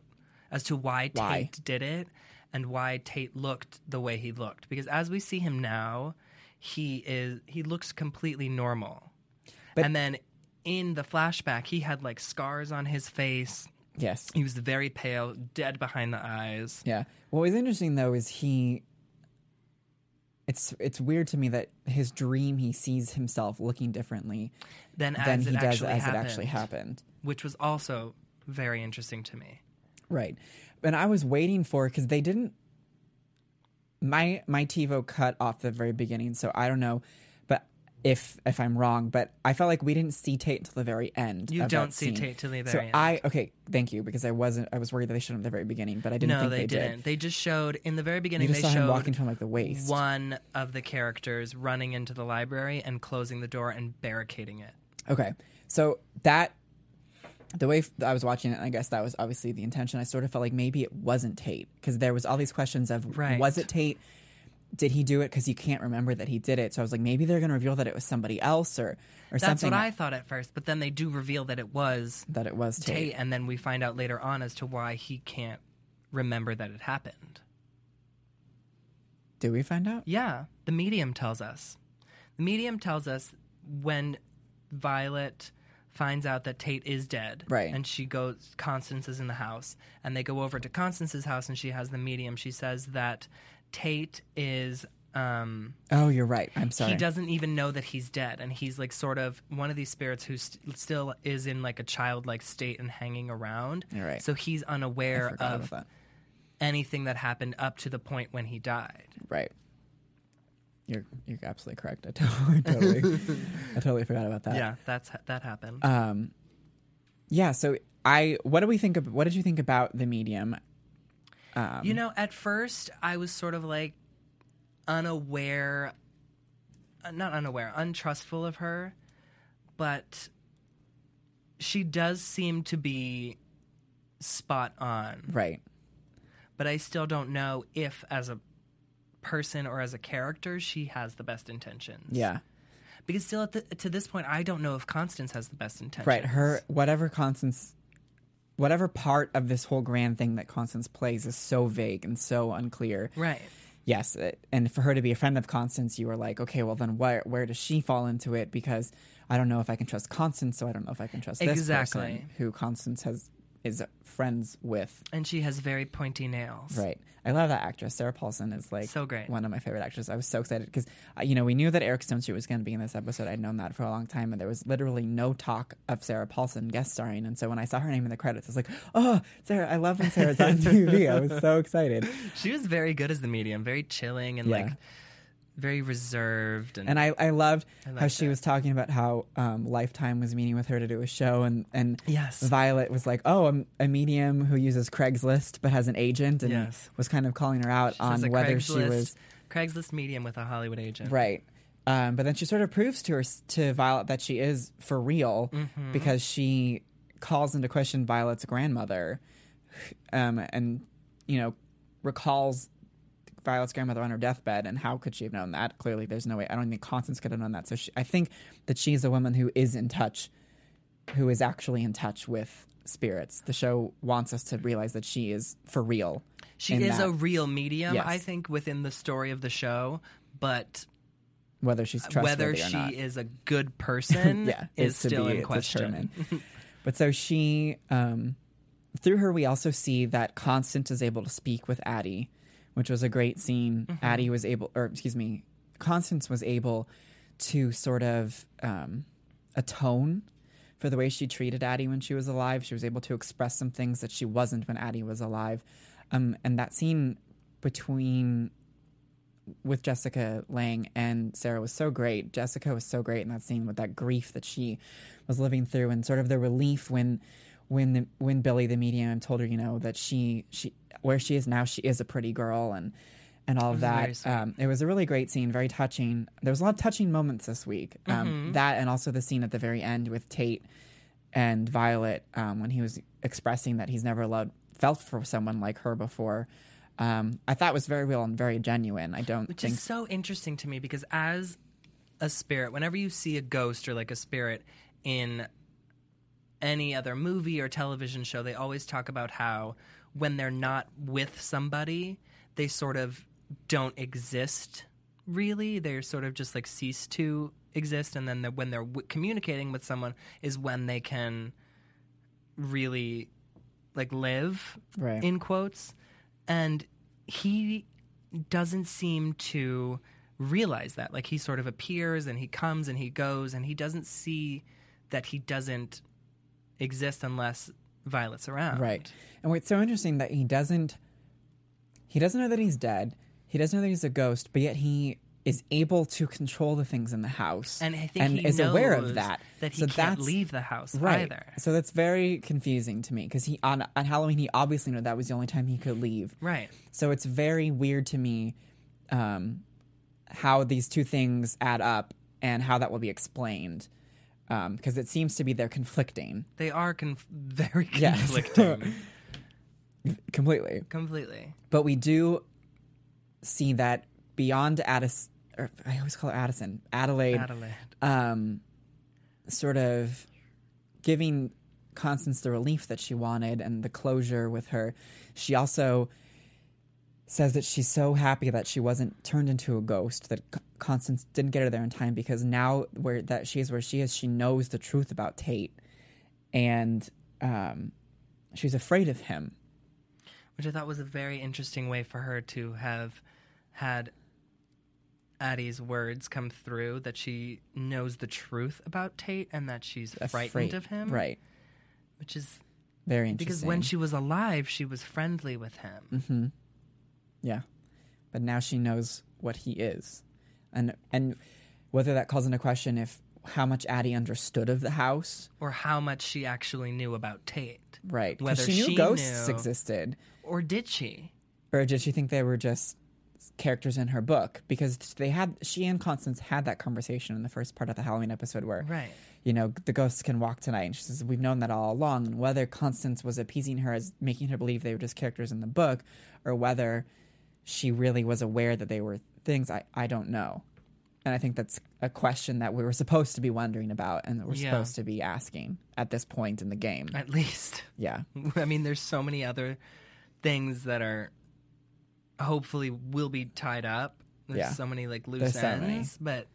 Speaker 3: as to why,
Speaker 2: Why?
Speaker 3: Tate did it and why Tate looked the way he looked. Because as we see him now, he is he looks completely normal,
Speaker 2: But-
Speaker 3: and then in the flashback, he had like scars on his face.
Speaker 2: Yes.
Speaker 3: He was very pale, dead behind the eyes.
Speaker 2: Yeah. What was interesting though is he. It's it's weird to me that his dream he sees himself looking differently
Speaker 3: Then as
Speaker 2: than
Speaker 3: it
Speaker 2: he does
Speaker 3: actually
Speaker 2: as
Speaker 3: happened,
Speaker 2: it actually happened.
Speaker 3: which was also very interesting to me.
Speaker 2: Right. And I was waiting for because they didn't. My my TiVo cut off the very beginning, so I don't know, but if if I'm wrong, but I felt like we didn't see Tate until the very end.
Speaker 3: You
Speaker 2: of
Speaker 3: don't
Speaker 2: that
Speaker 3: see
Speaker 2: scene.
Speaker 3: Tate till the
Speaker 2: so
Speaker 3: very end.
Speaker 2: I okay, thank you because I wasn't. I was worried that they showed him at the very beginning, but I didn't
Speaker 3: No,
Speaker 2: think
Speaker 3: they,
Speaker 2: they,
Speaker 3: didn't.
Speaker 2: did.
Speaker 3: They just showed in the very
Speaker 2: You
Speaker 3: beginning.
Speaker 2: just
Speaker 3: they
Speaker 2: saw
Speaker 3: showed
Speaker 2: him walking from like the waist.
Speaker 3: one of the characters running into the library and closing the door and barricading it.
Speaker 2: Okay, so that the way f- I was watching it, I guess that was obviously the intention. I sort of felt like maybe it wasn't Tate because there was all these questions of
Speaker 3: Right.
Speaker 2: was it Tate? Did he do it? Because you can't remember that he did it. So I was like, maybe they're going to reveal that it was somebody else or or
Speaker 3: That's
Speaker 2: something
Speaker 3: what I thought at first, but then they do reveal that it was
Speaker 2: that it was Tate.
Speaker 3: Tate, and then we find out later on as to why he can't remember that it happened.
Speaker 2: Did we find out?
Speaker 3: Yeah, the medium tells us. The medium tells us when Violet finds out that Tate is dead.
Speaker 2: Right.
Speaker 3: And she goes, Constance is in the house, and they go over to Constance's house, and she has the medium. She says that Tate is. Um,
Speaker 2: Oh, you're right. I'm sorry.
Speaker 3: He doesn't even know that he's dead, and he's like sort of one of these spirits who st- still is in like a childlike state and hanging around.
Speaker 2: You're right.
Speaker 3: So he's
Speaker 2: I
Speaker 3: unaware
Speaker 2: forgot about
Speaker 3: of
Speaker 2: that.
Speaker 3: anything that happened up to the point when he died.
Speaker 2: Right. You're you're absolutely correct. I totally I totally, I totally forgot about that.
Speaker 3: yeah, that's that happened.
Speaker 2: Um, Yeah. So I what do we think? Of, what did you think about the medium?
Speaker 3: you know, at first I was sort of like unaware, uh, not unaware, untrustful of her, but she does seem to be spot on.
Speaker 2: Right.
Speaker 3: but I still don't know if, as a person or as a character, she has the best intentions.
Speaker 2: Yeah.
Speaker 3: because still at the, to this point, I don't know if Constance has the best intentions.
Speaker 2: Right. Her whatever Constance whatever part of this whole grand thing that Constance plays is so vague and so unclear.
Speaker 3: Right.
Speaker 2: Yes, it, and for her to be a friend of Constance, you were like, okay, well then where where does she fall into it because I don't know if I can trust Constance, so I don't know if I can trust this
Speaker 3: Exactly.
Speaker 2: person who Constance has is friends with.
Speaker 3: And she has very pointy nails.
Speaker 2: Right. I love that actress. Sarah Paulson is like
Speaker 3: So great.
Speaker 2: one of my favorite actresses. I was so excited because you know we knew that Eric Stonestreet was going to be in this episode. I'd known that for a long time, and there was literally no talk of Sarah Paulson guest starring. And so when I saw her name in the credits, I was like, "Oh, Sarah! I love when Sarah's on TV." I was so excited,
Speaker 3: She was very good as the medium, very chilling and
Speaker 2: Yeah.
Speaker 3: like very reserved. And,
Speaker 2: and I I loved how
Speaker 3: liked
Speaker 2: she
Speaker 3: it.
Speaker 2: was talking about how um, Lifetime was meeting with her to do a show, and and
Speaker 3: Yes.
Speaker 2: Violet was like, "Oh, I'm a medium who uses Craigslist but has an agent," and
Speaker 3: Yes.
Speaker 2: was kind of calling her out
Speaker 3: She was a
Speaker 2: on whether she
Speaker 3: Craigslist-
Speaker 2: was.
Speaker 3: Craigslist medium with a Hollywood agent.
Speaker 2: Right. Um, but then she sort of proves to her to Violet that she is for real because she calls into question Violet's grandmother, um, and you know recalls Violet's grandmother on her deathbed. And how could she have known that? Clearly, there's no way. I don't think Constance could have known that. So she, I think that she's a woman who is in touch, who is actually in touch with spirits. The show wants us to realize that she is for real.
Speaker 3: She
Speaker 2: in
Speaker 3: is
Speaker 2: that,
Speaker 3: a real medium,
Speaker 2: Yes.
Speaker 3: I think, within the story of the show, but
Speaker 2: whether she's trustworthy
Speaker 3: whether
Speaker 2: or
Speaker 3: she
Speaker 2: not.
Speaker 3: is a good person
Speaker 2: yeah,
Speaker 3: is still in question.
Speaker 2: determined. but so she, um, through her, we also see that Constance is able to speak with Addie, which was a great scene.
Speaker 3: Mm-hmm.
Speaker 2: Addie was able, or excuse me, Constance was able to sort of um, atone for the way she treated Addie when she was alive. She was able to express some things that she wasn't when Addie was alive. Um, and that scene between with Jessica Lang and Sarah was so great. Jessica was so great in that scene with that grief that she was living through and sort of the relief when when the, when Billy the medium told her, you know, that she she where she is now, she is a pretty girl and and all of
Speaker 3: very
Speaker 2: that.
Speaker 3: sweet.
Speaker 2: Um, it was a really great scene, very touching. There was a lot of touching moments this week. Um,
Speaker 3: Mm-hmm.
Speaker 2: That and also the scene at the very end with Tate and Violet um, when he was expressing that he's never loved felt for someone like her before. Um, I thought was very real and very genuine. I don't
Speaker 3: Which
Speaker 2: think
Speaker 3: is so interesting to me because as a spirit, whenever you see a ghost or like a spirit in any other movie or television show, they always talk about how when they're not with somebody, they sort of don't exist really they're sort of just like cease to exist and then the, when they're w- communicating with someone is when they can really like live
Speaker 2: Right.
Speaker 3: in quotes and he doesn't seem to realize that like he sort of appears and he comes and he goes and he doesn't see that he doesn't exist unless violet's around
Speaker 2: Right. And what's so interesting that he doesn't he doesn't know that he's dead. He doesn't know that he's a ghost, but yet he is able to control the things in the house
Speaker 3: and i think he
Speaker 2: is
Speaker 3: knows
Speaker 2: aware of that.
Speaker 3: that he
Speaker 2: so
Speaker 3: can't
Speaker 2: that's,
Speaker 3: leave the house
Speaker 2: right.
Speaker 3: either
Speaker 2: So that's very confusing to me because he on, on Halloween he obviously knew that was the only time he could leave.
Speaker 3: right
Speaker 2: So it's very weird to me um, how these two things add up and how that will be explained because it seems to be they're conflicting
Speaker 3: they are conf- very
Speaker 2: Yes.
Speaker 3: conflicting
Speaker 2: completely.
Speaker 3: completely
Speaker 2: but we do see that beyond Addison, or I always call her Addison, Adelaide,
Speaker 3: Adelaide.
Speaker 2: um, sort of giving Constance the relief that she wanted and the closure with her. She also says that she's so happy that she wasn't turned into a ghost that C- Constance didn't get her there in time because now where that she is where she is she knows the truth about Tate and um she's afraid of him
Speaker 3: which I thought was a very interesting way for her to have had Addie's words come through that she knows the truth about Tate and that she's frightened
Speaker 2: Afraid.
Speaker 3: of him.
Speaker 2: right
Speaker 3: Which is
Speaker 2: very interesting Mm-hmm.
Speaker 3: because when she was alive, she was friendly with him.
Speaker 2: Yeah. But now she knows what he is. And and whether that calls into question if how much Addie understood of the house.
Speaker 3: Or how much she actually knew about Tate.
Speaker 2: Right. 'Cause
Speaker 3: Whether
Speaker 2: she knew
Speaker 3: she
Speaker 2: ghosts
Speaker 3: knew-
Speaker 2: existed.
Speaker 3: Or did she?
Speaker 2: Or did she think they were just characters in her book? Because they had she and Constance had that conversation in the first part of the Halloween episode where
Speaker 3: Right.
Speaker 2: you know, the ghosts can walk tonight. And she says, We've known that all along. And whether Constance was appeasing her as making her believe they were just characters in the book, or whether she really was aware that they were things, I, I don't know. And I think that's a question that we were supposed to be wondering about and that we're
Speaker 3: Yeah.
Speaker 2: supposed to be asking at this point in the game.
Speaker 3: At least.
Speaker 2: yeah.
Speaker 3: I mean, there's so many other things that are hopefully will be tied up. There's
Speaker 2: Yeah.
Speaker 3: so many like loose
Speaker 2: There's so many.
Speaker 3: ends, but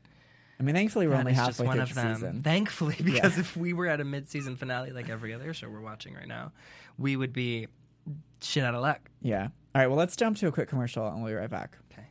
Speaker 2: I mean, thankfully, we're
Speaker 3: That
Speaker 2: only
Speaker 3: is just
Speaker 2: halfway
Speaker 3: one
Speaker 2: through
Speaker 3: of
Speaker 2: the
Speaker 3: them.
Speaker 2: season.
Speaker 3: Thankfully, because if we were at a mid-season finale like every other show we're watching right now, we would be shit out of luck.
Speaker 2: yeah. All right. Well, let's jump to a quick commercial and we'll be right back.
Speaker 3: Okay.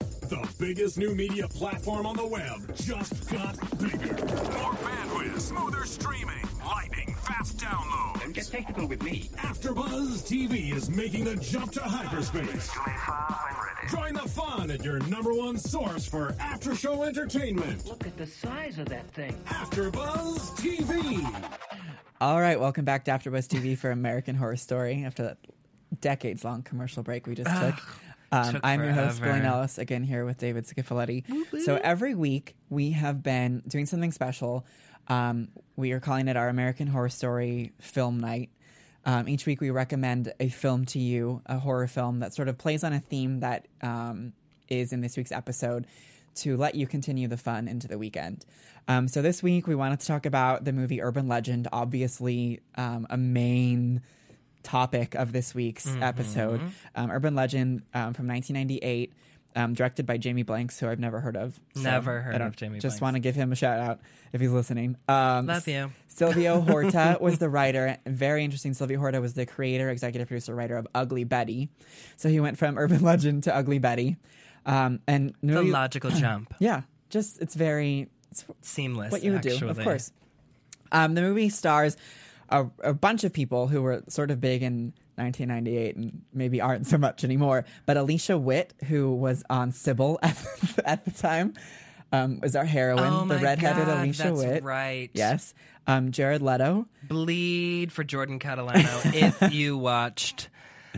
Speaker 1: The biggest new media platform on the web just got bigger.
Speaker 6: More bandwidth, smoother streaming, lightning fast download.
Speaker 7: Don't get technical with me.
Speaker 1: AfterBuzz TV is making the jump to hyperspace.
Speaker 6: Play fast when ready.
Speaker 1: Join the fun at your number one source for after-show entertainment.
Speaker 7: Look at the size of that thing.
Speaker 1: AfterBuzz TV.
Speaker 2: All right, welcome back to AfterBuzz TV for American Horror Story. After that decades-long commercial break we just took, um,
Speaker 3: took
Speaker 2: I'm your host
Speaker 3: forever.
Speaker 2: Blaine Ellis again here with David Sciafaletti. So every week we have been doing something special. Um, we are calling it our American Horror Story Film Night. Um, each week we recommend a film to you, a horror film that sort of plays on a theme that um, is in this week's episode to let you continue the fun into the weekend. Um, so this week we wanted to talk about the movie Urban Legend, obviously um, a main topic of this week's
Speaker 3: Mm-hmm.
Speaker 2: episode. Um, Urban Legend um, from 1998, um, directed by Jamie Blanks, who I've never heard of.
Speaker 3: Never heard
Speaker 2: I don't-
Speaker 3: of Jamie
Speaker 2: Just
Speaker 3: Blanks.
Speaker 2: want to give him a shout out if he's listening. Um,
Speaker 3: Love you.
Speaker 2: Silvio Horta was the writer. Very interesting. Silvio Horta was the creator, executive producer, writer of Ugly Betty. So he went from Urban Legend to Ugly Betty. Um, and
Speaker 3: It's a
Speaker 2: newly-
Speaker 3: logical jump,
Speaker 2: yeah, just it's very it's
Speaker 3: seamless.
Speaker 2: what you would
Speaker 3: actually.
Speaker 2: do, of course. Um, the movie stars a, a bunch of people who were sort of big in 1998 and maybe aren't so much anymore. But Alicia Witt, who was on Sybil at the, at the time, um, was our heroine,
Speaker 3: Oh
Speaker 2: the
Speaker 3: my
Speaker 2: redheaded
Speaker 3: God,
Speaker 2: Alicia
Speaker 3: that's
Speaker 2: Witt.
Speaker 3: right.
Speaker 2: Yes. Um, Jared Leto.
Speaker 3: Bleed for Jordan Catalano if you watched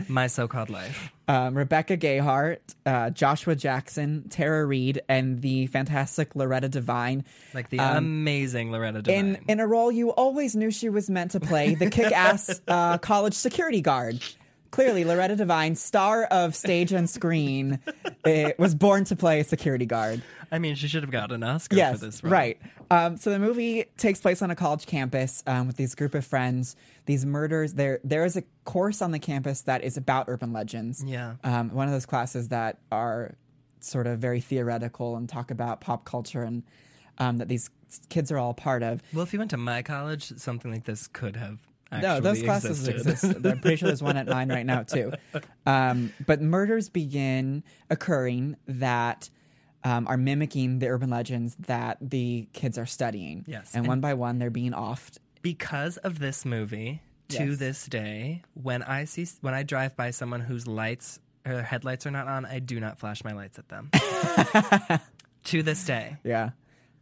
Speaker 3: My So-Called Life.
Speaker 2: um, Rebecca Gayhart, uh, Joshua Jackson, Tara Reid, and the fantastic Loretta Devine.
Speaker 3: Like the
Speaker 2: Um,
Speaker 3: amazing Loretta Devine.
Speaker 2: in, in a role you always knew she was meant to play the kick ass uh, college security guard. clearly Loretta Devine, star of stage and screen, eh, was born to play a security guard.
Speaker 3: I mean, she should have gotten an Oscar
Speaker 2: yes,
Speaker 3: for this, role.
Speaker 2: right. Um, so the movie takes place on a college campus um, with these group of friends. These murders. There, there is a course on the campus that is about urban legends.
Speaker 3: Yeah.
Speaker 2: um, one of those classes that are sort of very theoretical and talk about pop culture and um, that these kids are all part of.
Speaker 3: Well, if you went to my college, something like this could have. Actually
Speaker 2: No, those classes
Speaker 3: existed.
Speaker 2: exist. I'm pretty sure there's one at mine right now too. Um, but murders begin occurring that um, are mimicking the urban legends that the kids are studying.
Speaker 3: Yes,
Speaker 2: and,
Speaker 3: and-
Speaker 2: one by one they're being offed.
Speaker 3: because of this movie to
Speaker 2: Yes.
Speaker 3: this day when i see when i drive by someone whose lights her headlights are not on i do not flash my lights at them to this day
Speaker 2: Yeah,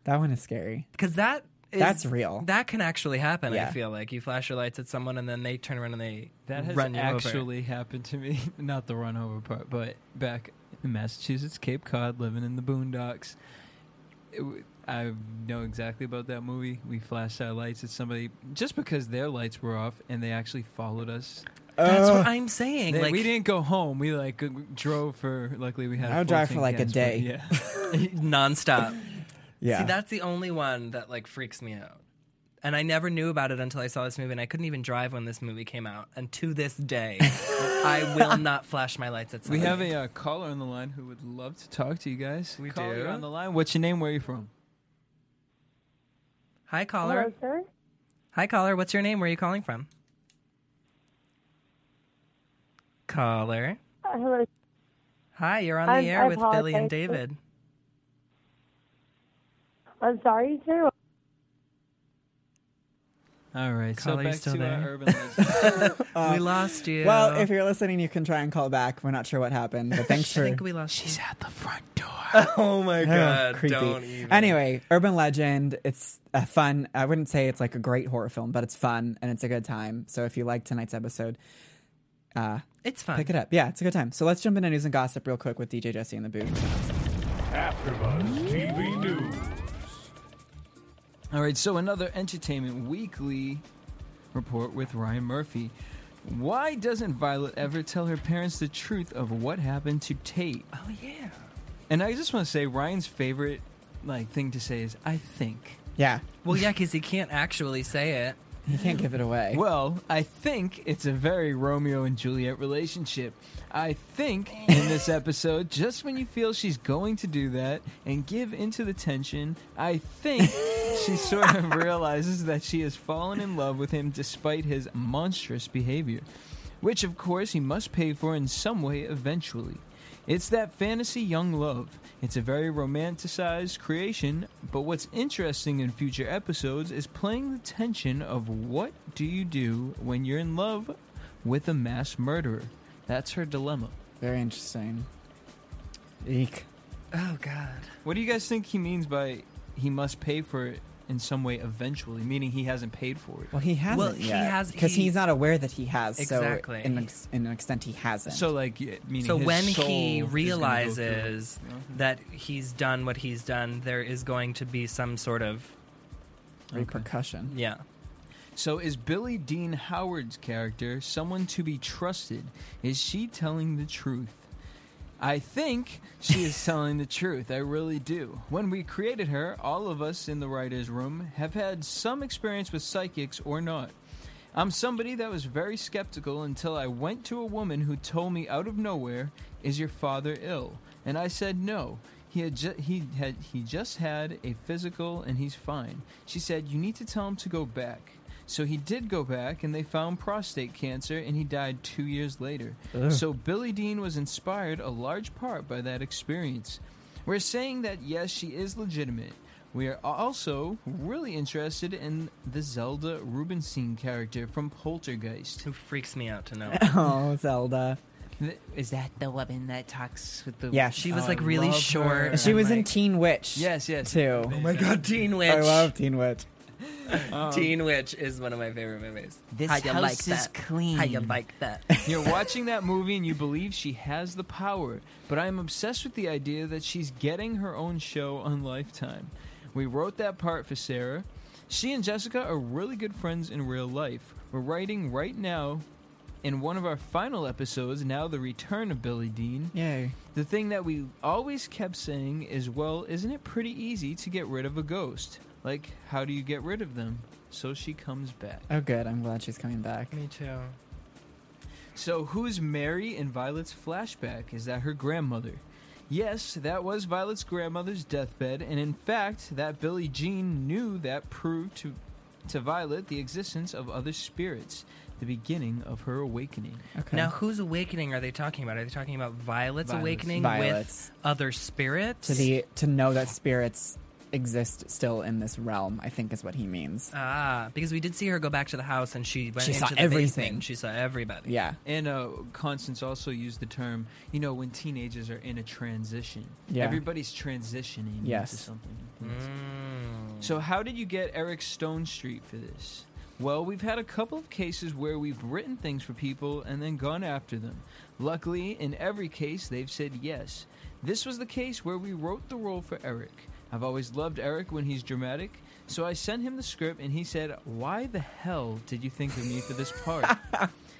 Speaker 2: that one is scary.
Speaker 3: because that is,
Speaker 2: That's real.
Speaker 3: that can actually happen i
Speaker 2: Yeah.
Speaker 3: feel like you flash your lights at someone and then they turn around and they
Speaker 5: That has
Speaker 3: run you over.
Speaker 5: actually happened to me. Not the run over part, but back in Massachusetts, Cape Cod, living in the boondocks. It w- I know exactly about that movie. We flashed our lights at somebody just because their lights were off, and they actually followed us.
Speaker 2: Oh.
Speaker 3: that's what i'm saying
Speaker 5: They-
Speaker 3: like
Speaker 5: we didn't go home. We like g- drove for. Luckily, we had.
Speaker 2: I would drive for,
Speaker 5: 14
Speaker 2: like, a
Speaker 5: cats, but
Speaker 2: day.
Speaker 5: Yeah.
Speaker 3: nonstop
Speaker 2: Yeah,
Speaker 3: See, that's the only one that like freaks me out. And I never knew about it until I saw this movie, and I couldn't even drive when this movie came out. And to this day, I will not flash my lights at
Speaker 5: we
Speaker 3: somebody.
Speaker 5: have a uh, caller on the line who would love to talk to you guys.
Speaker 3: We
Speaker 5: caller,
Speaker 3: do.
Speaker 5: you're on the line. What's your name? Where are you from?
Speaker 3: hi caller. Hi caller. What's your name? Where are you calling from? Caller.
Speaker 8: Uh, Hello.
Speaker 3: Hi, you're on the
Speaker 8: I'm-
Speaker 3: air
Speaker 8: I
Speaker 3: with Billy and
Speaker 8: apologize.
Speaker 3: David.
Speaker 8: I'm sorry, sir.
Speaker 5: All right.
Speaker 3: Caller,
Speaker 5: so
Speaker 3: you
Speaker 5: back
Speaker 3: still
Speaker 5: to
Speaker 3: there?
Speaker 5: our urban legends.
Speaker 3: we lost you.
Speaker 2: Uh, Well, if you're listening, you can try and call back. We're not sure what happened, but thanks
Speaker 3: I
Speaker 2: for.
Speaker 3: think we lost. She's
Speaker 5: at the front door.
Speaker 3: Oh my
Speaker 2: Ugh,
Speaker 3: god!
Speaker 2: creepy.
Speaker 3: Don't even.
Speaker 2: Anyway, urban legend. It's a fun. I wouldn't say it's like a great horror film, but it's fun and it's a good time. So if you like tonight's episode,
Speaker 3: it's fine.
Speaker 2: pick it up. Yeah, it's a good time. So let's jump into news and gossip real quick with DJ Jesse and the Booth.
Speaker 6: AfterBuzz TV News.
Speaker 5: All right, so another Entertainment Weekly report with Ryan Murphy. Why doesn't Violet ever tell her parents the truth of what happened to Tate?
Speaker 3: Oh yeah.
Speaker 5: And I just want to say Ryan's favorite like thing to say is I think.
Speaker 2: Yeah,
Speaker 3: Well, yeah, because he can't actually say it.
Speaker 2: you can't give it away.
Speaker 5: Well, I think it's a very Romeo and Juliet relationship. I think in this episode, just when you feel she's going to do that and give into the tension, I think she sort of realizes that she has fallen in love with him despite his monstrous behavior, which of course he must pay for in some way eventually. It's that fantasy young love. It's a very romanticized creation, but what's interesting in future episodes is playing the tension of what do you do when you're in love with a mass murderer? That's her dilemma.
Speaker 2: Very interesting. Eek.
Speaker 3: Oh god.
Speaker 5: What do you guys think he means by he must pay for it in some way eventually, meaning he hasn't paid for it?
Speaker 2: Well, he hasn't.
Speaker 3: Well, he has-
Speaker 2: because
Speaker 3: he-
Speaker 2: he's not aware that he has.
Speaker 3: Exactly.
Speaker 2: So in, ex- in an extent, he hasn't.
Speaker 5: So like, y- meaning
Speaker 3: So
Speaker 5: his
Speaker 3: when
Speaker 5: soul is
Speaker 3: he
Speaker 5: gonna go Mm-hmm.
Speaker 3: realizes
Speaker 5: through it, you know?
Speaker 3: that he's done what he's done, there is going to be some sort of
Speaker 2: repercussion.
Speaker 3: yeah.
Speaker 5: So is Billy Dean Howard's character someone to be trusted? Is she telling the truth? I think she is telling the truth. I really do. When we created her, all of us in the writer's room have had some experience with psychics or not. I'm somebody that was very skeptical until I went to a woman who told me out of nowhere, "Is your father ill?" And I said no. He had ju- he had he just had a physical and he's fine. She said, "You need to tell him to go back." So he did go back, and they found prostate cancer, and he died two years later. So Billy Dean was inspired a large part by that experience. We're saying that yes, she is legitimate. We are also really interested in the Zelda Rubinstein character from Poltergeist.
Speaker 3: Who freaks me out to know.
Speaker 2: Oh, Zelda.
Speaker 5: Th- Is that the woman that talks with the?
Speaker 2: Yeah,
Speaker 3: She was
Speaker 5: I
Speaker 3: like really
Speaker 5: love
Speaker 3: short.
Speaker 5: her.
Speaker 3: and,
Speaker 2: She was in
Speaker 3: like-
Speaker 2: Teen Witch.
Speaker 5: Yes, yes.
Speaker 2: Too.
Speaker 3: Oh my god, Teen Witch.
Speaker 2: I love Teen Witch.
Speaker 5: Oh.
Speaker 3: Teen Witch is one of my favorite movies.
Speaker 5: This
Speaker 3: How you
Speaker 5: house
Speaker 3: like
Speaker 5: is
Speaker 3: that?
Speaker 5: clean.
Speaker 3: How you like that?
Speaker 5: You're watching that movie and you believe she has the power, but I am obsessed with the idea that she's getting her own show on Lifetime. We wrote that part for Sarah. She and Jessica are really good friends in real life. We're writing right now in one of our final episodes, now the return of Billy Dean,
Speaker 2: Yay.
Speaker 5: the thing that we always kept saying is, well, isn't it pretty easy to get rid of a ghost? Like, how do you get rid of them? So she comes back.
Speaker 2: Oh, good. I'm glad she's coming back.
Speaker 3: Me too.
Speaker 5: So, who's Mary in Violet's flashback? Is that her grandmother? Yes, that was Violet's grandmother's deathbed, and in fact, that Billie Jean knew that proved to, to Violet the existence of other spirits, the beginning of her awakening.
Speaker 2: Okay.
Speaker 3: Now, whose awakening are they talking about? Are they talking about Violet's,
Speaker 5: Violet's.
Speaker 3: awakening
Speaker 2: Violet's.
Speaker 3: with other spirits?
Speaker 2: to the to know that spirits exist still in this realm, I think is what he means.
Speaker 3: ah, because we did see her go back to the house and she went
Speaker 2: She
Speaker 3: into
Speaker 2: saw
Speaker 3: the
Speaker 2: everything.
Speaker 3: basement. She saw everybody.
Speaker 2: Yeah.
Speaker 5: And uh, Constance also used the term, you know, when teenagers are in a transition.
Speaker 2: Yeah.
Speaker 5: Everybody's transitioning
Speaker 2: Yes.
Speaker 5: into something.
Speaker 3: Mm.
Speaker 5: So, how did you get Eric Stone Street for this? Well, we've had a couple of cases where we've written things for people and then gone after them. Luckily, in every case, they've said yes. This was the case where we wrote the role for Eric. I've always loved Eric when he's dramatic, so I sent him the script and he said, Why the hell did you think of me for this part?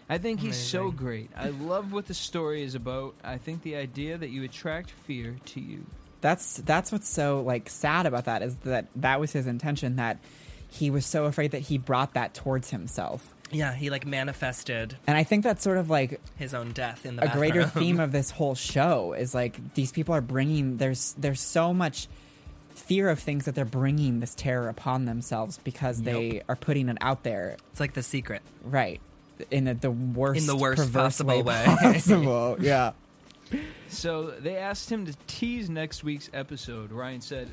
Speaker 5: I think he's so great. I love what the story is about. I think the idea that you attract fear to you.
Speaker 2: That's that's what's so like sad about that is that that was his intention that he was so afraid that he brought that towards himself.
Speaker 3: Yeah, he like manifested
Speaker 2: And I think that's sort of like
Speaker 3: his own death in the
Speaker 2: a greater
Speaker 3: bathroom.
Speaker 2: theme of this whole show is like these people are bringing there's there's so much fear of things that they're bringing this terror upon themselves because they are putting it out there
Speaker 3: It's like the secret.
Speaker 2: right in a, the worst
Speaker 3: In the worst
Speaker 2: perverse
Speaker 3: possible way.
Speaker 2: possible yeah
Speaker 5: So they asked him to tease next week's episode. Ryan said,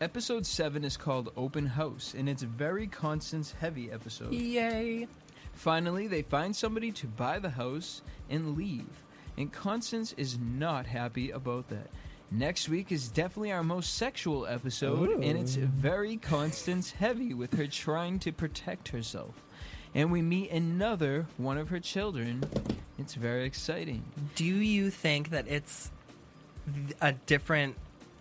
Speaker 5: Episode 7 is called Open House, and it's a very Constance heavy episode.
Speaker 3: Yay!
Speaker 5: Finally, they find somebody to buy the house and leave, and Constance is not happy about that. Next week is definitely our most sexual episode, and it's very Constance heavy with her trying to protect herself. And we meet another one of her children. It's very exciting.
Speaker 3: Do you think that it's th- a different,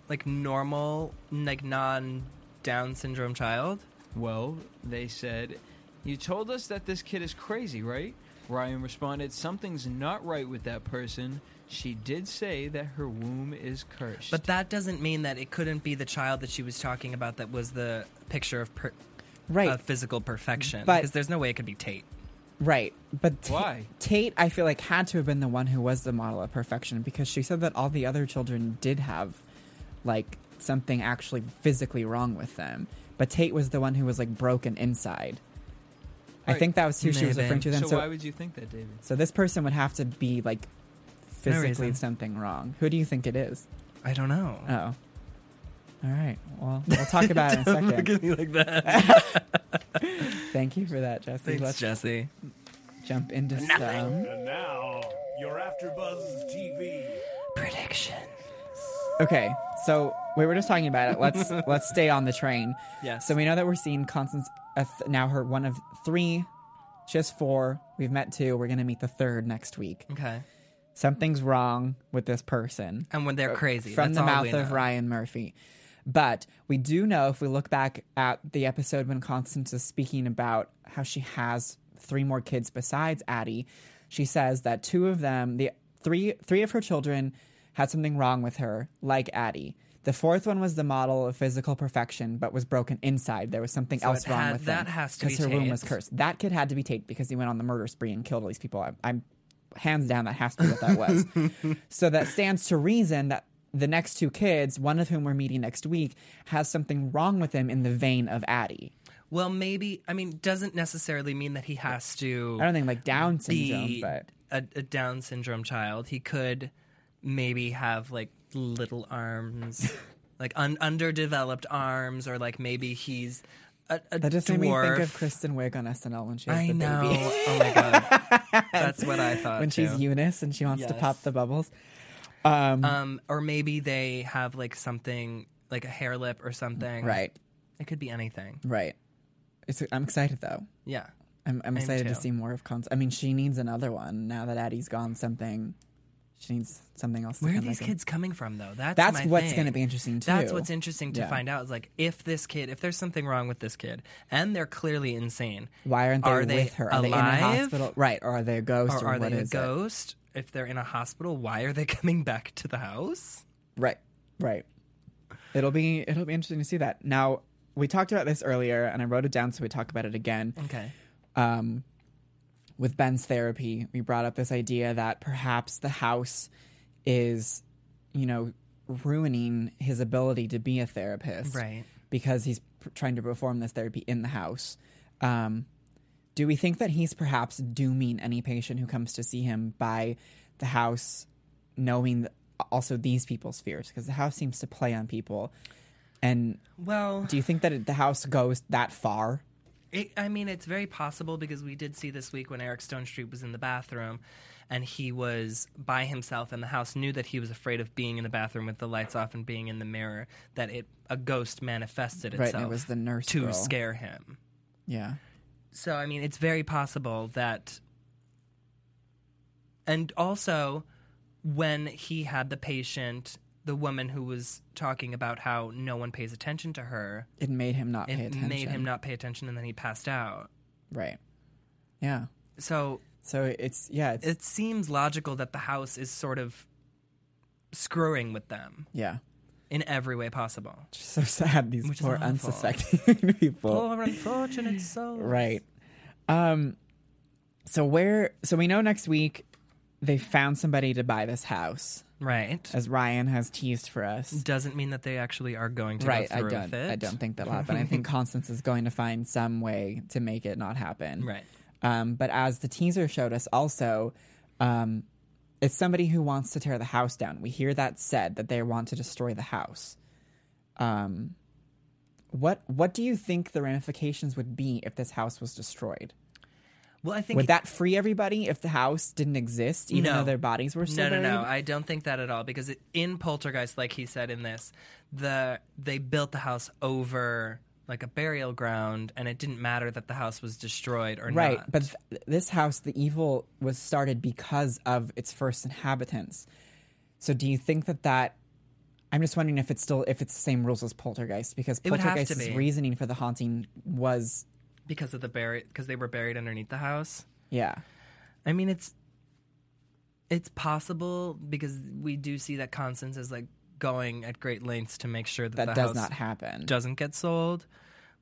Speaker 3: like normal, like non Down syndrome child?
Speaker 5: Well, they said, You told us that this kid is crazy, right? Ryan responded, Something's not right with that person. She did say that her womb is cursed.
Speaker 3: But that doesn't mean that it couldn't be the child that she was talking about that was the picture of per-
Speaker 2: right
Speaker 3: of physical perfection.
Speaker 2: But-
Speaker 3: because there's no way it could be Tate.
Speaker 2: right but Ta-
Speaker 5: Why?
Speaker 2: tate i feel like had to have been the one who was the model of perfection because she said that all the other children did have like something actually physically wrong with them but tate was the one who was like broken inside i
Speaker 5: Right.
Speaker 2: think that was who she was
Speaker 3: Maybe.
Speaker 2: referring to then
Speaker 5: so, why would you think that, David?
Speaker 2: So this person would have to be like physically
Speaker 3: reason.
Speaker 2: something wrong. Who do you think it is?
Speaker 3: I don't know.
Speaker 2: Oh. All right. Well, we'll talk about it in a second.
Speaker 3: Give me like that.
Speaker 2: Thank you for that, Jesse.
Speaker 3: Thanks,
Speaker 2: Let's
Speaker 3: Jesse.
Speaker 2: jump into some.
Speaker 6: And now, your AfterBuzz TV
Speaker 3: Prediction.
Speaker 2: Okay. So we were just talking about it. Let's let's stay on the train.
Speaker 3: Yes.
Speaker 2: So we know that we're seeing Constance uh, th- now. Her one of three. She has four. We've met two. We're gonna meet the third next week.
Speaker 3: Okay.
Speaker 2: Something's wrong with this person.
Speaker 3: And when they're crazy.
Speaker 2: from
Speaker 3: that's
Speaker 2: the
Speaker 3: all
Speaker 2: mouth
Speaker 3: we
Speaker 2: of
Speaker 3: know.
Speaker 2: Ryan Murphy. But we do know if we look back at the episode when Constance is speaking about how she has three more kids besides Addie, she says that two of them, the three three of her children had something wrong with her, like Addie. The fourth one was the model of physical perfection, but was broken inside. There was something
Speaker 3: So
Speaker 2: else
Speaker 3: it
Speaker 2: wrong
Speaker 3: had-
Speaker 2: with
Speaker 3: that
Speaker 2: them
Speaker 3: has to be
Speaker 2: her womb was
Speaker 3: Tate's.
Speaker 2: cursed. That kid had to be Tate because he went on the murder spree and killed all these people. I, I'm hands down that has to be what that was. So that stands to reason that the next two kids, one of whom we're meeting next week, has something wrong with him in the vein of Addie.
Speaker 3: Well, maybe. I mean, doesn't necessarily mean that he has to.
Speaker 2: I don't think like Down syndrome,
Speaker 3: be
Speaker 2: but
Speaker 3: a, a Down syndrome child, he could maybe have like little arms, like un- underdeveloped arms, or like maybe he's a, a
Speaker 2: that just
Speaker 3: dwarf.
Speaker 2: made me think of Kristen Wiig on SNL when she has
Speaker 3: I
Speaker 2: the
Speaker 3: know.
Speaker 2: baby.
Speaker 3: oh my god, that's what I thought.
Speaker 2: when she's
Speaker 3: too.
Speaker 2: Eunice and she wants to pop
Speaker 3: Yes.
Speaker 2: the bubbles.
Speaker 3: um, or maybe they have like something like a hair lip or something.
Speaker 2: Right,
Speaker 3: It could be anything.
Speaker 2: right. It's, I'm excited though.
Speaker 3: Yeah.
Speaker 2: I'm, I'm excited to
Speaker 3: too.
Speaker 2: see more of Constance. I mean, she needs another one now that Addie's gone. Something She needs something else. to
Speaker 3: Where are
Speaker 2: come
Speaker 3: these
Speaker 2: back in.
Speaker 3: kids coming from, though? That's
Speaker 2: That's
Speaker 3: my
Speaker 2: what's
Speaker 3: thing.
Speaker 2: gonna be interesting,
Speaker 3: That's
Speaker 2: too.
Speaker 3: what's interesting to
Speaker 2: Yeah.
Speaker 3: find out is like if this kid, if there's something wrong with this kid, and they're clearly insane.
Speaker 2: Why aren't they
Speaker 3: are
Speaker 2: with
Speaker 3: they
Speaker 2: her? Are
Speaker 3: Alive?
Speaker 2: they in a hospital? Right. Or are they a ghost?
Speaker 3: Or
Speaker 2: Or,
Speaker 3: are
Speaker 2: what
Speaker 3: they a
Speaker 2: is it?
Speaker 3: ghost? If they're in a hospital, why are they coming back to the house?
Speaker 2: Right. Right. It'll be it'll be interesting to see that. Now we talked about this earlier, and I wrote it down so we talk about it again.
Speaker 3: Okay.
Speaker 2: um, with Ben's therapy, we brought up this idea that perhaps the house is, you know, ruining his ability to be a therapist.
Speaker 3: Right.
Speaker 2: Because he's p- trying to perform this therapy in the house. Um, do we think that he's perhaps dooming any patient who comes to see him by the house knowing th- also these people's fears? Because the house seems to play on people. And
Speaker 3: Well,
Speaker 2: do you think that it- the house goes that far?
Speaker 3: It, I mean, it's very possible because we did see this week when Eric Stone Street was in the bathroom and he was by himself and the house knew that he was afraid of being in the bathroom with the lights off and being in the mirror that it a ghost manifested
Speaker 2: Right, and it
Speaker 3: itself
Speaker 2: was the nurse
Speaker 3: to
Speaker 2: girl.
Speaker 3: scare him.
Speaker 2: Yeah.
Speaker 3: So I mean, it's very possible that and also when he had the patient, the woman who was talking about how no one pays attention to her,
Speaker 2: It made him not
Speaker 3: it
Speaker 2: pay attention.
Speaker 3: made him not pay attention and then he passed out.
Speaker 2: Right. Yeah.
Speaker 3: So
Speaker 2: So it's yeah, it's,
Speaker 3: it seems logical that the house is sort of screwing with them
Speaker 2: yeah.
Speaker 3: in every way possible.
Speaker 2: Just so sad these
Speaker 3: Which is
Speaker 2: poor
Speaker 3: awful.
Speaker 2: unsuspecting people.
Speaker 3: Poor unfortunate souls.
Speaker 2: Right. Um so where so we know next week they found somebody to buy this house
Speaker 3: Right.
Speaker 2: as Ryan has teased for us.
Speaker 3: Doesn't mean that they actually are going to
Speaker 2: Right,
Speaker 3: go
Speaker 2: I
Speaker 3: through
Speaker 2: don't
Speaker 3: with it.
Speaker 2: I don't think that'll happen. I think Constance is going to find some way to make it not happen.
Speaker 3: Right.
Speaker 2: Um, but as the teaser showed us, also, um, it's somebody who wants to tear the house down. We hear that said that they want to destroy the house. Um, what what do you think the ramifications would be if this house was destroyed?
Speaker 3: Well, I think
Speaker 2: Would that free everybody if the house didn't exist, even
Speaker 3: No.
Speaker 2: though their bodies were still
Speaker 3: no, no, no.
Speaker 2: buried?
Speaker 3: I don't think that at all because it, in Poltergeist, like he said in this, the they built the house over like a burial ground, and it didn't matter that the house was destroyed or
Speaker 2: Right,
Speaker 3: not.
Speaker 2: but th- this house, the evil was started because of its first inhabitants. So, do you think that that? I'm just wondering if it's still if it's the same rules as Poltergeist because
Speaker 3: It would have to
Speaker 2: Poltergeist's
Speaker 3: be.
Speaker 2: reasoning for the haunting was
Speaker 3: because of the bury, because they were buried underneath the house.
Speaker 2: yeah
Speaker 3: I mean, it's it's possible because we do see that Constance is like going at great lengths to make sure that,
Speaker 2: that
Speaker 3: the
Speaker 2: does
Speaker 3: house
Speaker 2: not happen
Speaker 3: doesn't get sold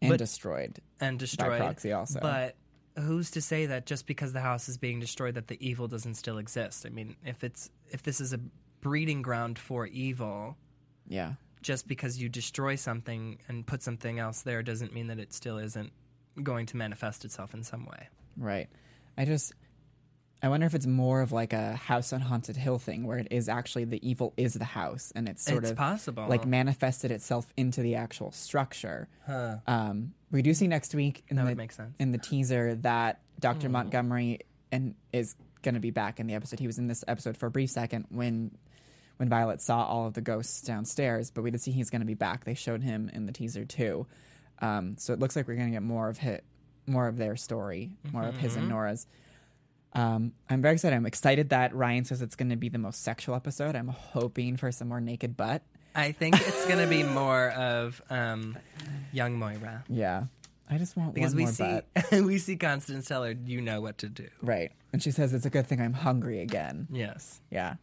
Speaker 2: and
Speaker 3: but-
Speaker 2: destroyed.
Speaker 3: and destroyed.
Speaker 2: proxy also.
Speaker 3: but who's to say that just because the house is being destroyed that the evil doesn't still exist? I mean, if it's if this is a breeding ground for evil,
Speaker 2: Yeah,
Speaker 3: just because you destroy something and put something else there doesn't mean that it still isn't going to manifest itself in some way.
Speaker 2: right. I just I wonder if it's more of like a house on haunted hill thing where it is actually the evil is the house and it's sort
Speaker 3: It's
Speaker 2: of
Speaker 3: possible.
Speaker 2: like manifested itself into the actual structure. Um, we do see next week in
Speaker 3: That
Speaker 2: the
Speaker 3: would make sense.
Speaker 2: in the teaser that Dr. Montgomery and is going to be back in the episode. He was in this episode for a brief second when when Violet saw all of the ghosts downstairs, but we did see he's going to be back. They showed him in the teaser too. Um, so it looks like we're going to get more of hit, more of their story, more of his and Nora's. Um, I'm very excited. I'm excited that Ryan says it's going to be the most sexual episode. I'm hoping for some more naked butt.
Speaker 3: I think it's going to be more of um, young Moira
Speaker 2: Yeah, I just want
Speaker 3: because
Speaker 2: one
Speaker 3: we
Speaker 2: more
Speaker 3: see
Speaker 2: butt.
Speaker 3: we see Constance tell her, "You know what to do."
Speaker 2: Right, and she says it's a good thing I'm hungry again.
Speaker 3: Yes,
Speaker 2: Yeah,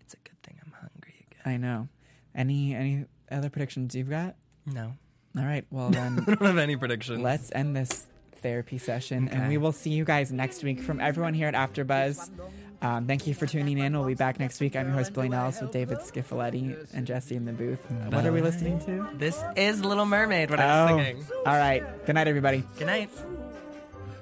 Speaker 3: it's a good thing I'm hungry again.
Speaker 2: I know. Any any other predictions you've got?
Speaker 3: No,
Speaker 2: All right. Well then.
Speaker 3: I don't have any predictions.
Speaker 2: let's end this therapy session and we will see you guys next week from everyone here at afterbuzz um, thank you for tuning in we'll be back next week i'm your host blaine ellis with david scifoletti and jesse in the booth what are we listening to
Speaker 3: this is Little Mermaid. What I
Speaker 2: oh
Speaker 3: was singing.
Speaker 2: all right good night everybody
Speaker 3: Good night.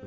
Speaker 4: The